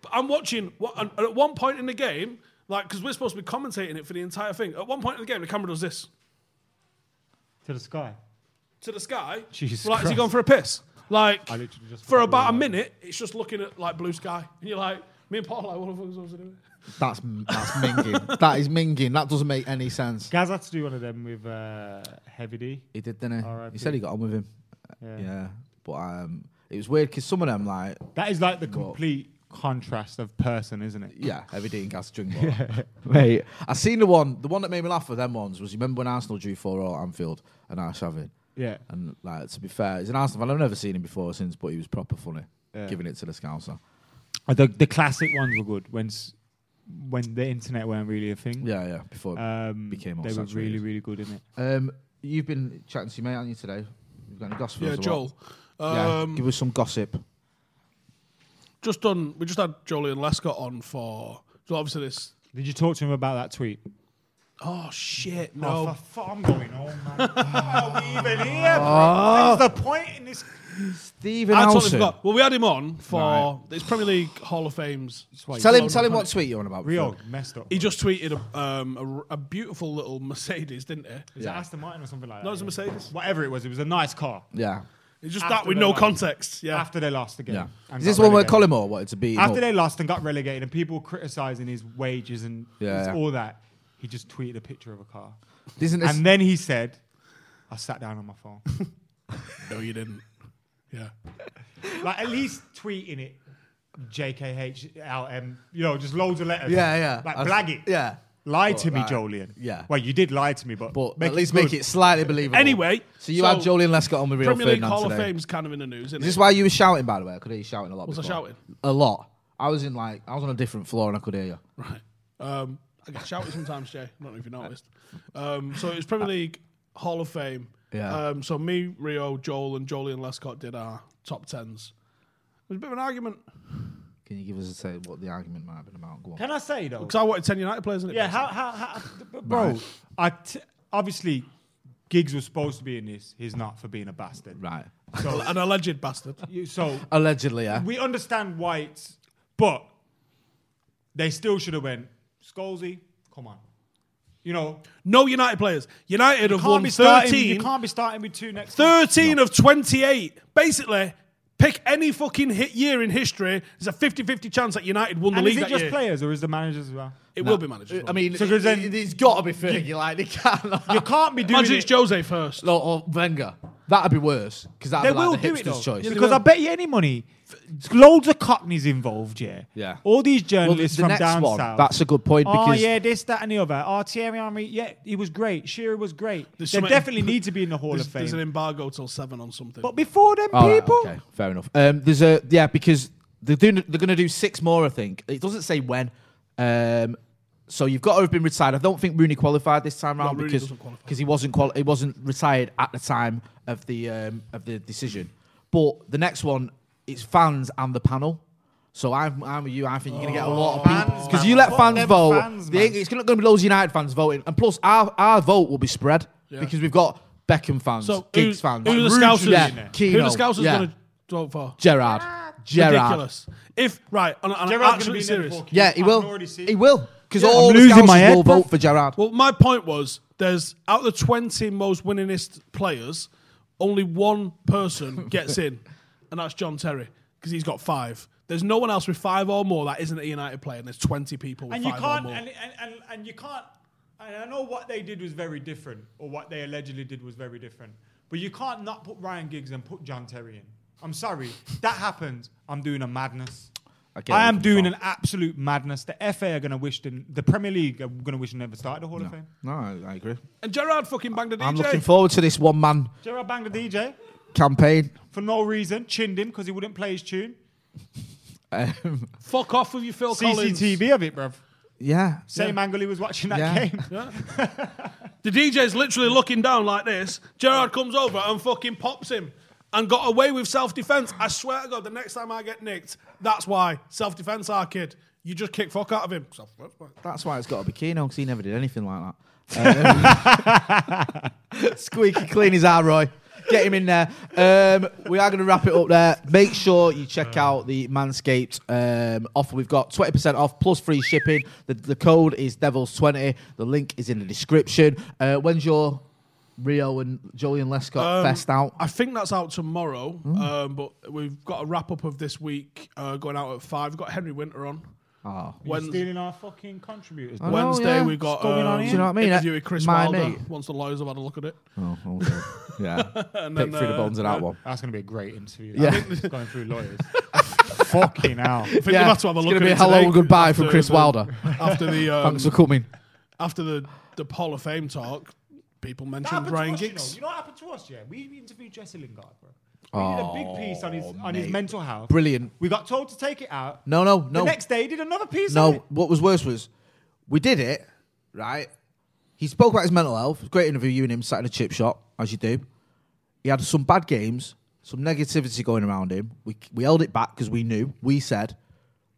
Speaker 3: But I'm watching. What, and at one point in the game, like, because we're supposed to be commentating it for the entire thing. At one point in the game, the camera does this.
Speaker 4: To the sky.
Speaker 3: to the sky.
Speaker 4: Jesus
Speaker 3: like, is he
Speaker 4: Christ.
Speaker 3: gone for a piss? Like,
Speaker 4: I literally just
Speaker 3: for
Speaker 4: thought
Speaker 3: about a
Speaker 4: about it.
Speaker 3: minute, it's just looking at like blue sky, and you're like, me and Paul, are like, what the fuck is supposed to do?
Speaker 5: That's that's
Speaker 3: (laughs)
Speaker 5: minging. That is minging. That doesn't make any sense.
Speaker 4: Gaz had to do one of them with uh, Heavy D.
Speaker 5: He did, didn't he?
Speaker 4: R.I.P..
Speaker 5: He said he got on with him.
Speaker 4: Yeah.
Speaker 5: Yeah, but um, it was weird because some of them like
Speaker 4: That is like the complete contrast of person, isn't it?
Speaker 5: yeah, every day in gas drink water. Mate, I seen the one. The one that made me laugh for them ones was you remember when Arsenal drew four all at Anfield and Ash having.
Speaker 4: Yeah.
Speaker 5: And like to be fair, he's an Arsenal fan. I've never seen him before since, but he was proper funny, giving it to the scouser.
Speaker 4: Uh, The, the classic ones were good when s- when the internet weren't really a thing.
Speaker 5: Yeah, yeah. Before
Speaker 4: Um,
Speaker 5: it became all
Speaker 4: they were really,
Speaker 5: saturated.
Speaker 4: really good in it.
Speaker 5: Um, you've been chatting to your mate, haven't you today? You've got any gossip? for
Speaker 3: Yeah,
Speaker 5: us or what?
Speaker 3: Joel.
Speaker 5: Yeah,
Speaker 3: Um,
Speaker 5: give us some gossip.
Speaker 3: just done. We just had Jolie and Lescott on for. So obviously this.
Speaker 4: Did you talk to him about that tweet?
Speaker 3: Oh shit! No.
Speaker 4: for fuck, I'm going home, (laughs) man. Why are we even here, bro? What's the point in this?
Speaker 5: Steven
Speaker 3: I totally
Speaker 5: Alston.
Speaker 3: forgot. Well, we had him on for it's Premier League Hall of Fame's.
Speaker 5: Tell him, tell him what tweet you're on about.
Speaker 4: Real
Speaker 5: Phil.
Speaker 4: messed up.
Speaker 3: He just tweeted a, um, a, a beautiful little Mercedes, didn't he?
Speaker 4: was it Aston Martin or something like that?
Speaker 3: No, it was a Mercedes.
Speaker 4: Whatever it was, it was a nice car.
Speaker 5: Yeah.
Speaker 3: It's just
Speaker 4: After
Speaker 3: that with
Speaker 4: they
Speaker 3: no
Speaker 4: won.
Speaker 3: context. Yeah.
Speaker 4: After they lost the game.
Speaker 5: Yeah.
Speaker 4: and
Speaker 5: Is this
Speaker 4: got
Speaker 5: the one where
Speaker 4: relegated.
Speaker 5: Collymore wanted to beat him
Speaker 4: After
Speaker 5: up?
Speaker 4: they lost and got relegated, and people were criticising his wages and
Speaker 5: Yeah,
Speaker 4: his-
Speaker 5: yeah.
Speaker 4: all that, he just tweeted a picture of a car.
Speaker 5: Isn't (laughs) this
Speaker 4: And then he said, I sat down on my phone.
Speaker 3: No, you didn't. Yeah.
Speaker 4: Like at least tweeting it, JKHLM, um, you know, just loads of letters.
Speaker 5: Yeah, yeah.
Speaker 4: Like
Speaker 5: I was-
Speaker 4: blag it.
Speaker 5: Yeah.
Speaker 4: Lie
Speaker 5: But,
Speaker 4: to me,
Speaker 5: like,
Speaker 4: Jolien.
Speaker 5: yeah.
Speaker 4: Well, you did lie to me, but,
Speaker 5: But
Speaker 4: make
Speaker 5: at least make
Speaker 4: good.
Speaker 5: it slightly believable.
Speaker 3: Anyway,
Speaker 5: So you
Speaker 3: so
Speaker 5: had Jolene Lescott on the real
Speaker 3: Premier League
Speaker 5: Ferdinand
Speaker 3: Hall
Speaker 5: today.
Speaker 3: of Fame's kind of in the news, isn't
Speaker 5: Is this
Speaker 3: it?
Speaker 5: why you were shouting, by the way? I could hear you shouting a lot.
Speaker 3: Was I
Speaker 5: before.
Speaker 3: shouting?
Speaker 5: A lot. I was in like I was on a different floor and I could hear you.
Speaker 3: Right. Um, I get shouted sometimes, Jay. I don't know if you noticed. Um, so it was
Speaker 4: Uh,
Speaker 3: Premier League Hall of Fame.
Speaker 5: Yeah.
Speaker 3: Um, so me, Rio, Joel, and Jolie and Lescott did our top tens. It was a bit of an argument
Speaker 5: Can you give us a say what the argument might have been about? Go on.
Speaker 4: Can I say though?
Speaker 3: because I wanted ten United players in it.
Speaker 4: Yeah, how, how, how b- bro? I t- obviously, Giggs was supposed to be in this. He's not for being a bastard.
Speaker 5: Right. Uh,
Speaker 4: So,
Speaker 3: an alleged bastard.
Speaker 4: you- so
Speaker 5: Allegedly, yeah.
Speaker 4: we understand why it's, but they still should have went. Scholesy, come on. You know,
Speaker 3: No United players. United have
Speaker 4: can't
Speaker 3: won
Speaker 4: be starting. You
Speaker 3: 13,
Speaker 4: can't be starting with two next.
Speaker 3: 13 of 28. Basically, pick any fucking hit year in history. There's a 50-50 chance that United won the
Speaker 4: And
Speaker 3: league
Speaker 4: is it
Speaker 3: that
Speaker 4: just
Speaker 3: year.
Speaker 4: players or is the managers as well?
Speaker 3: It will be managed.
Speaker 5: I mean,
Speaker 4: So
Speaker 5: so
Speaker 4: 'cause then-
Speaker 5: it, has got to be fair. You like they can't.
Speaker 4: You can't be doing
Speaker 3: imagine it's
Speaker 4: it.
Speaker 3: Jose first.
Speaker 5: No, or Wenger. That'd be worse because that'd
Speaker 4: They
Speaker 5: be like
Speaker 4: will
Speaker 5: the
Speaker 4: do
Speaker 5: hipster's
Speaker 4: it though,
Speaker 5: choice.
Speaker 4: because I bet you any money, loads of cockneys involved. Yeah,
Speaker 5: Yeah.
Speaker 4: All these
Speaker 5: the
Speaker 4: journalists from
Speaker 5: next
Speaker 4: down
Speaker 5: one,
Speaker 4: south.
Speaker 5: that's a good point
Speaker 4: oh
Speaker 5: because-
Speaker 4: yeah, this, that, and the other. Oh, Thierry Henry, yeah, he was great. Shearer was great.
Speaker 3: There's
Speaker 4: they
Speaker 3: some-
Speaker 4: definitely need to be in the Hall of
Speaker 3: There's, there's an
Speaker 4: Fame.
Speaker 3: embargo till seven on something.
Speaker 4: But before them
Speaker 5: All Oh, right,
Speaker 4: people,
Speaker 5: okay, fair enough. Um, there's a yeah because they're doing they're going to do six more. I think it doesn't say when. Um, so you've got to have been retired. I don't think Rooney qualified this time round
Speaker 3: Rooney
Speaker 5: because
Speaker 3: doesn't qualify.
Speaker 5: because he wasn't quali- he wasn't retired at the time of the um, of the decision. But the next one it's fans and the panel. So I'm I'm with you. I think you're going to get a lot of people because you let
Speaker 4: Fuck
Speaker 5: fans
Speaker 4: them
Speaker 5: vote.
Speaker 4: fans,
Speaker 5: the-
Speaker 4: man.
Speaker 5: it's not going to be loads of United fans voting, and plus our our vote will be spread
Speaker 3: Yeah.
Speaker 5: because we've got Beckham fans,
Speaker 3: so
Speaker 5: Giggs
Speaker 3: who,
Speaker 5: fans,
Speaker 3: who
Speaker 5: like
Speaker 3: the
Speaker 5: Rooney-
Speaker 3: Scousers?
Speaker 5: yeah,
Speaker 3: Who
Speaker 5: Keane,
Speaker 3: the Scousers
Speaker 5: yeah.
Speaker 3: going to vote for?
Speaker 5: Gerard. Gerard.
Speaker 3: Ridiculous. If right, and, and I'm
Speaker 4: Gerrard's gonna
Speaker 3: absolutely
Speaker 4: be
Speaker 3: serious.
Speaker 4: Liverpool.
Speaker 5: Yeah, he
Speaker 4: I
Speaker 5: will.
Speaker 4: can already see
Speaker 5: He
Speaker 4: it.
Speaker 5: will. Because
Speaker 4: Yeah.
Speaker 5: all
Speaker 4: I'm
Speaker 5: the
Speaker 4: losing my
Speaker 5: Scousers
Speaker 4: head,
Speaker 5: will
Speaker 4: bro.
Speaker 5: vote for Gerard.
Speaker 3: Well, my point was there's out of the 20 most winningest players, only one
Speaker 4: (laughs)
Speaker 3: person gets in, and that's John Terry because he's got five. There's no one else with five or more that isn't a United player, and there's 20 people with
Speaker 4: and you
Speaker 3: five
Speaker 4: can't,
Speaker 3: or more.
Speaker 4: and, and, and, and you can't. And I know what they did was very different, or what they allegedly did was very different. But you can't not put Ryan Giggs and put John Terry in. I'm sorry, that happened. I'm doing a madness.
Speaker 5: get where
Speaker 4: I
Speaker 5: you're
Speaker 4: am
Speaker 5: coming
Speaker 4: doing
Speaker 5: from.
Speaker 4: an absolute madness. The FA are going to wish them, the Premier League are going to wish they never started the Hall of Fame.
Speaker 5: No, I, I agree.
Speaker 3: And Gerard fucking banged a DJ.
Speaker 5: I'm looking forward to this one man
Speaker 4: Gerard banged the DJ
Speaker 5: campaign.
Speaker 4: for no reason, chinned him because he wouldn't play his tune.
Speaker 5: Um,
Speaker 3: Fuck off with you, Phil Collins.
Speaker 4: CCTV of it, bruv.
Speaker 5: yeah.
Speaker 4: Same angle he was watching that
Speaker 5: Yeah.
Speaker 4: game.
Speaker 3: The DJ's literally looking down like this. Gerard comes over and fucking pops him and got away with self defense. I swear to God, the next time I get nicked, that's why. Self defense, our kid. You just kick fuck out of him. So, that's fine.
Speaker 5: That's why it's got to be Keno because he never did anything like that.
Speaker 4: (laughs)
Speaker 5: Um, (laughs) squeaky clean is our Roy. Get him in there. Um, we are going to wrap it up there. Make sure you check
Speaker 4: Uh.
Speaker 5: out the Manscaped um, offer. We've got 20% off plus free shipping. The, the code is Devils20. The link is in the description. Uh, when's your Rio and Julian Lescott
Speaker 4: Um, (laughs)
Speaker 5: fest out?
Speaker 3: I think that's out tomorrow, um, but we've got a wrap up of this week uh, going out at five. We've got Henry Winter on.
Speaker 5: Oh.
Speaker 3: Wednes-
Speaker 4: Stealing our fucking contributors.
Speaker 5: Oh, no,
Speaker 3: Wednesday,
Speaker 5: yeah.
Speaker 3: we got
Speaker 4: What's going on
Speaker 3: um,
Speaker 4: here?
Speaker 5: Do you know what I mean?
Speaker 3: interview with Chris
Speaker 5: My
Speaker 3: Wilder
Speaker 5: mate.
Speaker 3: once the lawyers have had a look at it.
Speaker 5: Oh, okay. Yeah. Pick through
Speaker 4: uh,
Speaker 5: the bones of that one.
Speaker 4: That's going to be a great interview.
Speaker 5: Yeah.
Speaker 4: Yeah. going through
Speaker 5: (laughs)
Speaker 4: lawyers. fucking hell.
Speaker 3: I think
Speaker 5: Yeah.
Speaker 3: they've had to have a
Speaker 5: It's
Speaker 3: look
Speaker 5: gonna
Speaker 3: at
Speaker 5: be
Speaker 3: it
Speaker 5: a hello
Speaker 3: today
Speaker 5: and goodbye from
Speaker 3: after
Speaker 5: Chris
Speaker 3: the-
Speaker 5: Wilder.
Speaker 3: After
Speaker 5: (laughs)
Speaker 3: the um,
Speaker 5: Thanks for coming.
Speaker 3: after the the Hall of Fame talk, people
Speaker 4: That
Speaker 3: mentioned
Speaker 4: happened to
Speaker 3: Ryan
Speaker 4: us, you know.
Speaker 3: Giggs.
Speaker 4: You know what happened to us, yeah? We interviewed Jesse Lingard, bro. We did a big piece on his on his
Speaker 5: Oh, mate.
Speaker 4: mental health.
Speaker 5: Brilliant.
Speaker 4: We got told to take it out.
Speaker 5: No, no,
Speaker 4: The
Speaker 5: no.
Speaker 4: next day, he did another piece. on it.
Speaker 5: No, what was worse was we did it, right? He spoke about his mental health. Great interview, you and him sat in a chip shop, as you do. He had some bad games, some negativity going around him. We, we held it back because we knew. We said,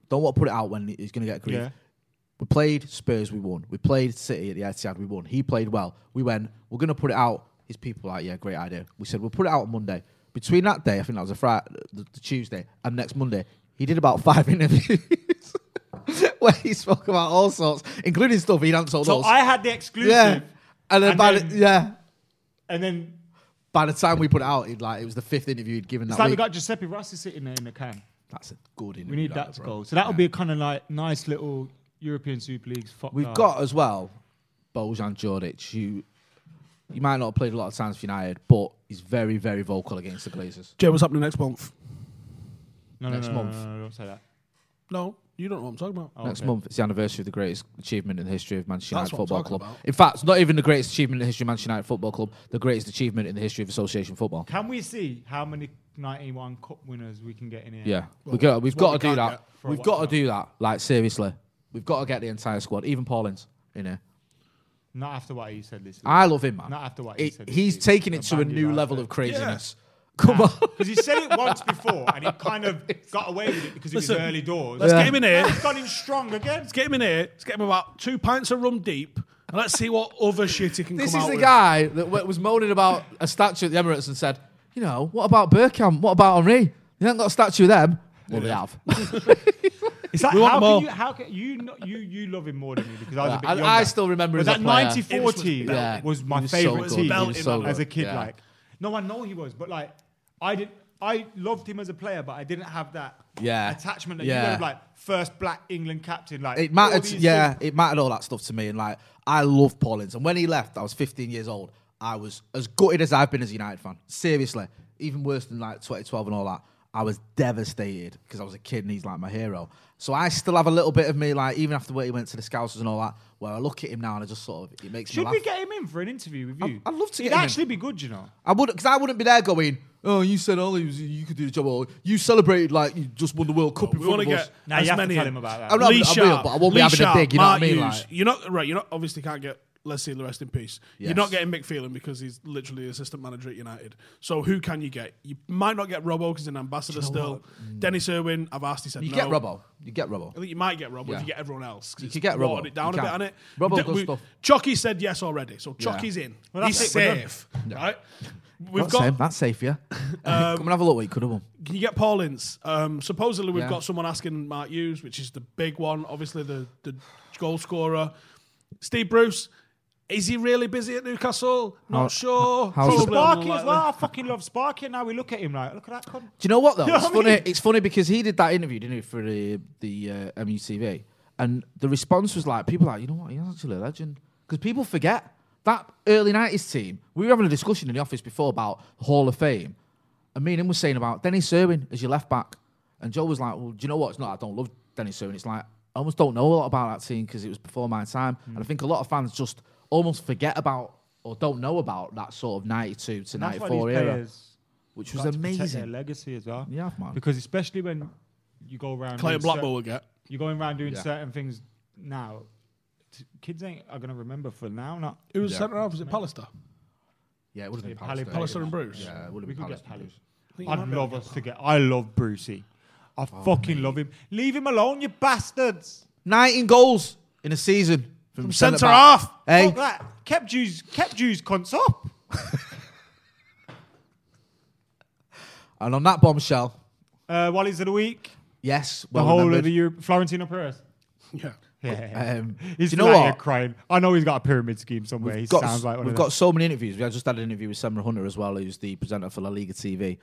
Speaker 5: don't want to put it out when he's going to get grief.
Speaker 4: Yeah.
Speaker 5: We played Spurs, we won. We played City at the Etihad, we won. He played well. We went, we're going to put it out. His people were like, yeah, great idea. We said, we'll put it out on Monday. Between that day, I think that was a Friday, the, the Tuesday, and next Monday, he did about five (laughs) interviews where he spoke about all sorts, including stuff he'd answered
Speaker 4: So
Speaker 5: us.
Speaker 4: I had the exclusive.
Speaker 5: yeah. And then,
Speaker 4: And
Speaker 5: by the,
Speaker 4: then-
Speaker 5: yeah,
Speaker 4: And then
Speaker 5: by the time we put it out, he'd like it was the fifth interview he'd given
Speaker 4: it's
Speaker 5: that
Speaker 4: like we
Speaker 5: week.
Speaker 4: got Giuseppe Rossi sitting there in the can.
Speaker 5: That's a good interview.
Speaker 4: We need that to go. So that'll be a kind of like nice little Oh. European Super Leagues. Fuck
Speaker 5: We've
Speaker 4: off.
Speaker 5: got as well Bojan Jordic, who He might not have played a lot of times for United, but he's very, very vocal against the Glazers.
Speaker 3: Jay, what's happening next month?
Speaker 4: No, no,
Speaker 5: Next
Speaker 4: no, no,
Speaker 5: month.
Speaker 4: No, no, no, don't say that.
Speaker 3: No, you don't know what I'm talking about.
Speaker 4: Oh,
Speaker 5: Next
Speaker 4: okay.
Speaker 5: month, it's the anniversary of the greatest achievement in the history of Manchester
Speaker 3: That's
Speaker 5: United
Speaker 3: what I'm
Speaker 5: Football
Speaker 3: talking
Speaker 5: Club.
Speaker 3: about.
Speaker 5: In fact, it's not even the greatest achievement in the history of Manchester United Football Club, the greatest achievement in the history of association football.
Speaker 4: Can we see how many 91 cup winners we can get in here?
Speaker 5: Yeah, we got, we've got
Speaker 3: we
Speaker 5: to do
Speaker 3: can't
Speaker 5: that.
Speaker 3: get
Speaker 4: for a
Speaker 5: We've got to
Speaker 4: while.
Speaker 5: do that. Like, seriously. We've got to get the entire squad, even Paulins, in here.
Speaker 4: Not after what you said this week.
Speaker 5: I love him, man.
Speaker 4: Not after what he
Speaker 5: It,
Speaker 4: said this
Speaker 5: he's
Speaker 4: week.
Speaker 5: taking
Speaker 4: The
Speaker 5: it to a
Speaker 4: Bandy
Speaker 5: new
Speaker 4: last
Speaker 5: level
Speaker 4: week.
Speaker 5: of craziness. Come on.
Speaker 4: Because he said it once before and he kind (laughs) of got away with it because of
Speaker 3: Listen,
Speaker 4: his early doors.
Speaker 3: Let's get him in here.
Speaker 4: He's gone in strong again.
Speaker 3: Let's get him in here. Let's get him about two pints of rum deep, and let's see what other shit he can
Speaker 5: This
Speaker 3: come
Speaker 5: is
Speaker 3: out
Speaker 5: the
Speaker 3: with.
Speaker 5: guy that w- was moaning about a statue at the Emirates and said, you know, what about Burkham? What about Henri? You haven't got a statue of them. Well, they have.
Speaker 3: (laughs)
Speaker 4: It's like,
Speaker 3: We want
Speaker 4: how,
Speaker 3: more.
Speaker 4: can you, how can you, not, you, you love him more than me because I was a bit
Speaker 5: I- I
Speaker 4: younger.
Speaker 5: still remember
Speaker 4: But
Speaker 5: as a
Speaker 4: that
Speaker 5: player.
Speaker 4: 94
Speaker 3: Ibs was
Speaker 4: team
Speaker 5: belting.
Speaker 4: was
Speaker 5: He
Speaker 4: my
Speaker 5: was so
Speaker 4: favourite
Speaker 5: good.
Speaker 4: team
Speaker 3: He was so
Speaker 4: as a
Speaker 5: good,
Speaker 4: kid.
Speaker 5: yeah.
Speaker 4: Like, No, I know he was, but like, I did I loved him as a player, but I didn't have that
Speaker 5: Yeah.
Speaker 4: attachment that
Speaker 5: Yeah.
Speaker 4: you have, like first black England captain. Like
Speaker 5: It
Speaker 4: all
Speaker 5: mattered.
Speaker 4: these
Speaker 5: Yeah,
Speaker 4: things.
Speaker 5: it mattered all that stuff to me. And like, I love Paulins. And when he left, I was 15 years old. I was as gutted as I've been as a United fan. Seriously, even worse than like 2012 and all that. I was devastated because I was a kid and he's like my hero. So I still have a little bit of me, like even after where he went to the Scousers and all that, where I look at him now and I just sort of it makes me
Speaker 4: Should
Speaker 5: laugh.
Speaker 4: we get him in for an interview with you?
Speaker 5: I'd love to
Speaker 4: It'd
Speaker 5: get him in.
Speaker 4: actually be good, you know.
Speaker 5: I would because I wouldn't be there going. Oh, you said only you could do the job. Or you celebrated like you just won the World Cup. in
Speaker 3: We
Speaker 5: front
Speaker 3: want to
Speaker 5: of us."
Speaker 3: get
Speaker 4: Nah,
Speaker 3: as
Speaker 4: you have to
Speaker 3: many
Speaker 4: tell
Speaker 3: in.
Speaker 4: him about that.
Speaker 5: I'm not-
Speaker 3: Lee
Speaker 5: I will,
Speaker 3: Sharp,
Speaker 5: but I won't be
Speaker 3: Lee
Speaker 5: having a
Speaker 3: Sharp,
Speaker 5: dig, you know what I
Speaker 3: Mark
Speaker 5: mean,
Speaker 3: Hughes.
Speaker 5: like-
Speaker 3: you're not right. You're not obviously can't get. Let's see the rest in peace. You're
Speaker 5: Yes.
Speaker 3: not getting Mick Phelan because he's literally assistant manager at United. So who can you get? You might not get Robbo because he's an ambassador still. Dennis Irwin, I've asked. He said
Speaker 5: You
Speaker 3: no.
Speaker 5: get Robbo. You get Robbo.
Speaker 3: I think you might get Robbo
Speaker 5: Yeah.
Speaker 3: if you get everyone else. 'cause
Speaker 5: You
Speaker 3: it's
Speaker 5: could get
Speaker 3: watered
Speaker 5: Robbo.
Speaker 3: it down
Speaker 5: You
Speaker 3: a bit,
Speaker 5: can.
Speaker 3: on it.
Speaker 5: Robbo
Speaker 3: D-
Speaker 5: does stuff.
Speaker 3: Chucky said yes already, so Chucky's in.
Speaker 4: Well,
Speaker 3: He's
Speaker 4: that's it, we're done.
Speaker 3: safe, right? We've
Speaker 5: That's
Speaker 3: got Um,
Speaker 5: safe. That's safe. Yeah. (laughs) Come and have a look. What you could have won.
Speaker 3: Can you get Paulins? Um, supposedly, we've
Speaker 5: Yeah.
Speaker 3: got someone asking Mark Hughes, which is the big one. Obviously, the the goal scorer, Steve Bruce. Is he really busy at Newcastle? Not
Speaker 5: How-
Speaker 3: sure.
Speaker 5: (laughs) how's the-
Speaker 3: Probably
Speaker 4: Sparky as
Speaker 3: unlikely.
Speaker 4: well. I fucking love Sparky. Now we look at him like, look at that. cunt.
Speaker 5: Do you know what
Speaker 4: (laughs)
Speaker 5: though?
Speaker 4: You know
Speaker 5: it's
Speaker 4: what I
Speaker 5: funny.
Speaker 4: mean?
Speaker 5: It's funny because he did that interview, didn't he, for the the uh, MUTV, and the response was like, people are like, you know what, he's actually a legend because people forget that early '90s team. We were having a discussion in the office before about Hall of Fame, and me and him were saying about Dennis Irwin as your left back, and Joe was like, well, do you know what? It's not. I don't love Dennis Irwin. It's like I almost don't know a lot about that team because it was before my time,
Speaker 4: Hmm.
Speaker 5: and I think a lot of fans just almost forget about or don't know about that sort of '92 to
Speaker 4: That's why
Speaker 5: '94
Speaker 4: these
Speaker 5: era,
Speaker 4: players got
Speaker 5: which was
Speaker 4: to protect Their
Speaker 5: amazing.
Speaker 4: legacy as well.
Speaker 5: Yeah, man.
Speaker 4: Because especially when you go around
Speaker 3: Clayton
Speaker 4: doing
Speaker 3: Blackmore
Speaker 4: cer-
Speaker 3: will get.
Speaker 4: you're going around doing
Speaker 5: Yeah.
Speaker 4: certain things now. t- Kids ain't are gonna remember for now. Not
Speaker 3: Who was centre half? Was it Pallister?
Speaker 5: Yeah, it would have been
Speaker 4: Yeah, Palace
Speaker 5: Palace.
Speaker 4: Palace
Speaker 3: Pallister and Bruce.
Speaker 5: Yeah, it would have
Speaker 4: we could
Speaker 5: been Palace.
Speaker 4: get
Speaker 5: and
Speaker 4: Palace.
Speaker 5: Bruce.
Speaker 4: I'd love us to get. I love Brucey. I
Speaker 5: Oh,
Speaker 4: fucking love him. Leave him alone, you bastards.
Speaker 5: 19 goals in a season from,
Speaker 3: centre
Speaker 5: centre-back.
Speaker 3: half.
Speaker 5: Hey,
Speaker 4: Fuck that. Kept Jews, kept Jews cunts up.
Speaker 5: and on that bombshell,
Speaker 4: Uh, Wally's of the week.
Speaker 5: yes,
Speaker 4: The
Speaker 5: well
Speaker 4: whole of
Speaker 5: remembered.
Speaker 4: the Europe. Florentino Perez.
Speaker 3: Yeah.
Speaker 4: (laughs) Yeah.
Speaker 5: Um,
Speaker 4: (laughs) he's
Speaker 5: do you know
Speaker 4: flat here
Speaker 5: what?
Speaker 4: crying. I know he's got a pyramid scheme somewhere. He
Speaker 5: Got s-
Speaker 4: sounds like one
Speaker 5: we've
Speaker 4: of
Speaker 5: got so many interviews. We I just had an interview with Semra Hunter as well, who's the presenter for La Liga TV.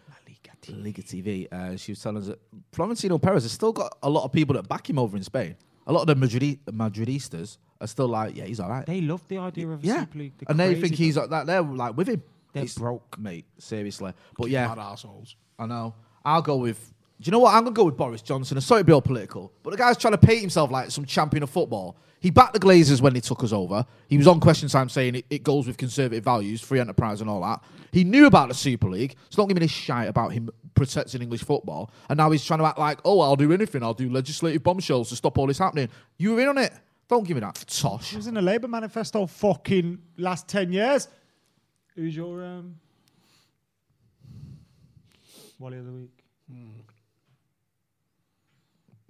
Speaker 5: La Liga TV. Uh, she was telling us that Florentino Perez has still got a lot of people that back him over in Spain. A lot of the Madrid- Madridistas are still like, yeah, he's all right.
Speaker 4: They love the idea of a
Speaker 5: yeah,
Speaker 4: Super League. They're
Speaker 5: and they
Speaker 4: crazy
Speaker 5: think
Speaker 4: about
Speaker 5: he's like that. They're like with him.
Speaker 4: They're
Speaker 5: It's-
Speaker 4: broke.
Speaker 5: mate. Seriously, but yeah,
Speaker 3: Mad assholes.
Speaker 5: I know. I'll go with. Do you know what? I'm gonna go with Boris Johnson. I'm sorry to be all political, but the guy's trying to paint himself like some champion of football. He backed the Glazers when they took us over. He was on Question Time saying it, it goes with conservative values, free enterprise, and all that. He knew about the Super League, so don't give me this shite about him protecting English football. And now he's trying to act like, oh, I'll do anything. I'll do legislative bombshells to stop all this happening. You were in on it. Don't give me that tosh.
Speaker 4: He was in the Labour manifesto fucking last 10 years. Who's your um, Wally of the Week?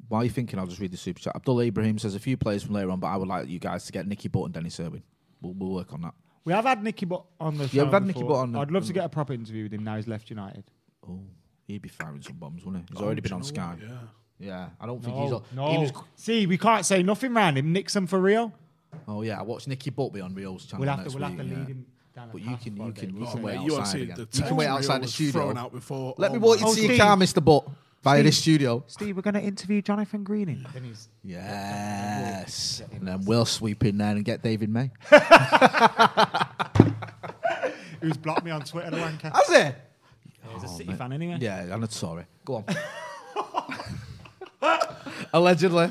Speaker 5: While you're thinking, I'll just read the super chat. Abdullah Ibrahim says a few players from later on, but I would like you guys to get Nicky Butt and Dennis Irwin. We'll, we'll work on that.
Speaker 4: We have had Nicky Butt on the show.
Speaker 5: Yeah, we've had Nicky
Speaker 4: before.
Speaker 5: Butt on the-
Speaker 4: I'd love to get a proper interview with him now he's left United.
Speaker 5: Oh, he'd be firing some bombs, wouldn't he? He's already been on Sky. Yeah. I don't think he's.
Speaker 4: Oh,
Speaker 5: On,
Speaker 4: no.
Speaker 5: He was,
Speaker 4: See, we can't say nothing round him. Nixon for real.
Speaker 5: oh yeah, I watched Nicky Butt be on Rio's channel
Speaker 4: We'll have to,
Speaker 5: next
Speaker 4: we'll have
Speaker 5: week,
Speaker 4: to
Speaker 5: yeah.
Speaker 4: lead him down the
Speaker 5: But you
Speaker 4: path
Speaker 5: can,
Speaker 4: for
Speaker 5: you
Speaker 4: a bit.
Speaker 5: can, you
Speaker 3: Oh,
Speaker 5: can
Speaker 3: mate,
Speaker 5: wait
Speaker 3: you wanna
Speaker 5: outside
Speaker 3: see
Speaker 5: again.
Speaker 3: the
Speaker 5: You can wait
Speaker 3: text Rio
Speaker 5: outside the
Speaker 3: was
Speaker 5: studio.
Speaker 3: thrown out before.
Speaker 5: Let me
Speaker 3: Oh
Speaker 5: walk
Speaker 3: my
Speaker 5: you to your
Speaker 4: God.
Speaker 5: car, Mister Butt, via this studio.
Speaker 4: Steve, we're going to interview Jonathan Greening. Then he's (laughs)
Speaker 5: Yes, and then we'll sweep in there and get David May.
Speaker 4: who's blocked me on Twitter, the wanker.
Speaker 5: Has it?
Speaker 7: He's a City fan anyway.
Speaker 5: Oh, Yeah, I'm not sorry. Go on. (laughs) Allegedly.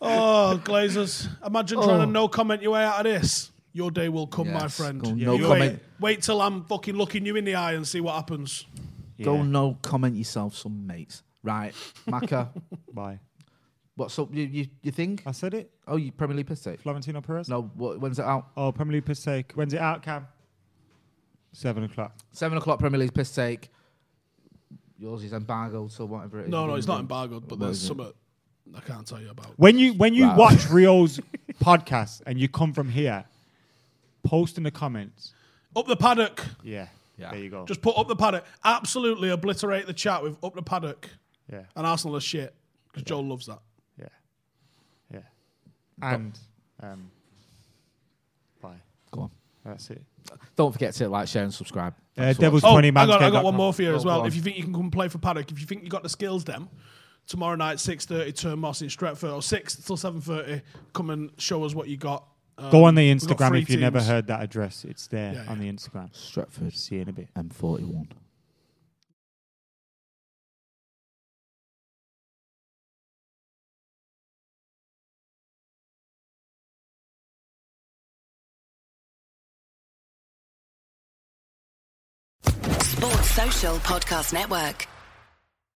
Speaker 3: Oh, Glazers. Imagine trying to no comment your way out of this. Your day will come, my
Speaker 5: Oh. Yes,
Speaker 3: friend.
Speaker 5: go no
Speaker 3: You
Speaker 5: comment.
Speaker 3: Wait, wait till I'm fucking looking you in the eye and see what happens.
Speaker 5: Go no comment yourself, some mates. Right,
Speaker 4: (laughs)
Speaker 5: Maka.
Speaker 4: Bye.
Speaker 5: what's up? You, you you think?
Speaker 4: I said it.
Speaker 5: Oh, you Premier League piss take?
Speaker 4: Florentino Perez.
Speaker 5: No, what, when's it out?
Speaker 4: Oh, Premier League piss take. When's it out, Cam? Seven o'clock.
Speaker 5: Seven o'clock Premier League piss take. Yours is embargoed, so whatever it is.
Speaker 3: No, no, it's not embargoed, but
Speaker 5: What
Speaker 3: there's
Speaker 5: is it?
Speaker 3: some I can't tell you about.
Speaker 4: When you when you
Speaker 5: Wow.
Speaker 3: (laughs)
Speaker 4: watch Rio's podcast and you come from here, post in the comments.
Speaker 3: Up the paddock.
Speaker 4: Yeah.
Speaker 5: Yeah.
Speaker 4: There you go.
Speaker 3: Just put up the paddock. Absolutely obliterate the chat with up the paddock
Speaker 4: yeah.
Speaker 3: and Arsenal is shit because Joel loves that.
Speaker 4: Yeah. Yeah. And um, bye.
Speaker 5: Go on.
Speaker 4: That's it.
Speaker 5: Don't forget to like, share, and subscribe.
Speaker 4: Uh,
Speaker 5: Thanks for watching.
Speaker 4: Devil's
Speaker 3: Oh, I
Speaker 4: twenty man.
Speaker 3: got, I got one more for you as
Speaker 5: Oh,
Speaker 3: well.
Speaker 5: go
Speaker 3: If
Speaker 5: on.
Speaker 3: you think you can come play for Paddock, if you think you got the skills, them tomorrow night six thirty, Turn Moss in Stretford, or six till seven thirty. Come and show us what you got. Um,
Speaker 4: Go on the
Speaker 3: we've got
Speaker 4: Instagram
Speaker 3: three
Speaker 4: if you never
Speaker 3: teams.
Speaker 4: heard that address. It's there
Speaker 3: Yeah,
Speaker 4: on
Speaker 3: yeah.
Speaker 4: the Instagram.
Speaker 5: Stratford
Speaker 4: See you in a bit.
Speaker 5: M41.
Speaker 8: Sports Social Podcast Network.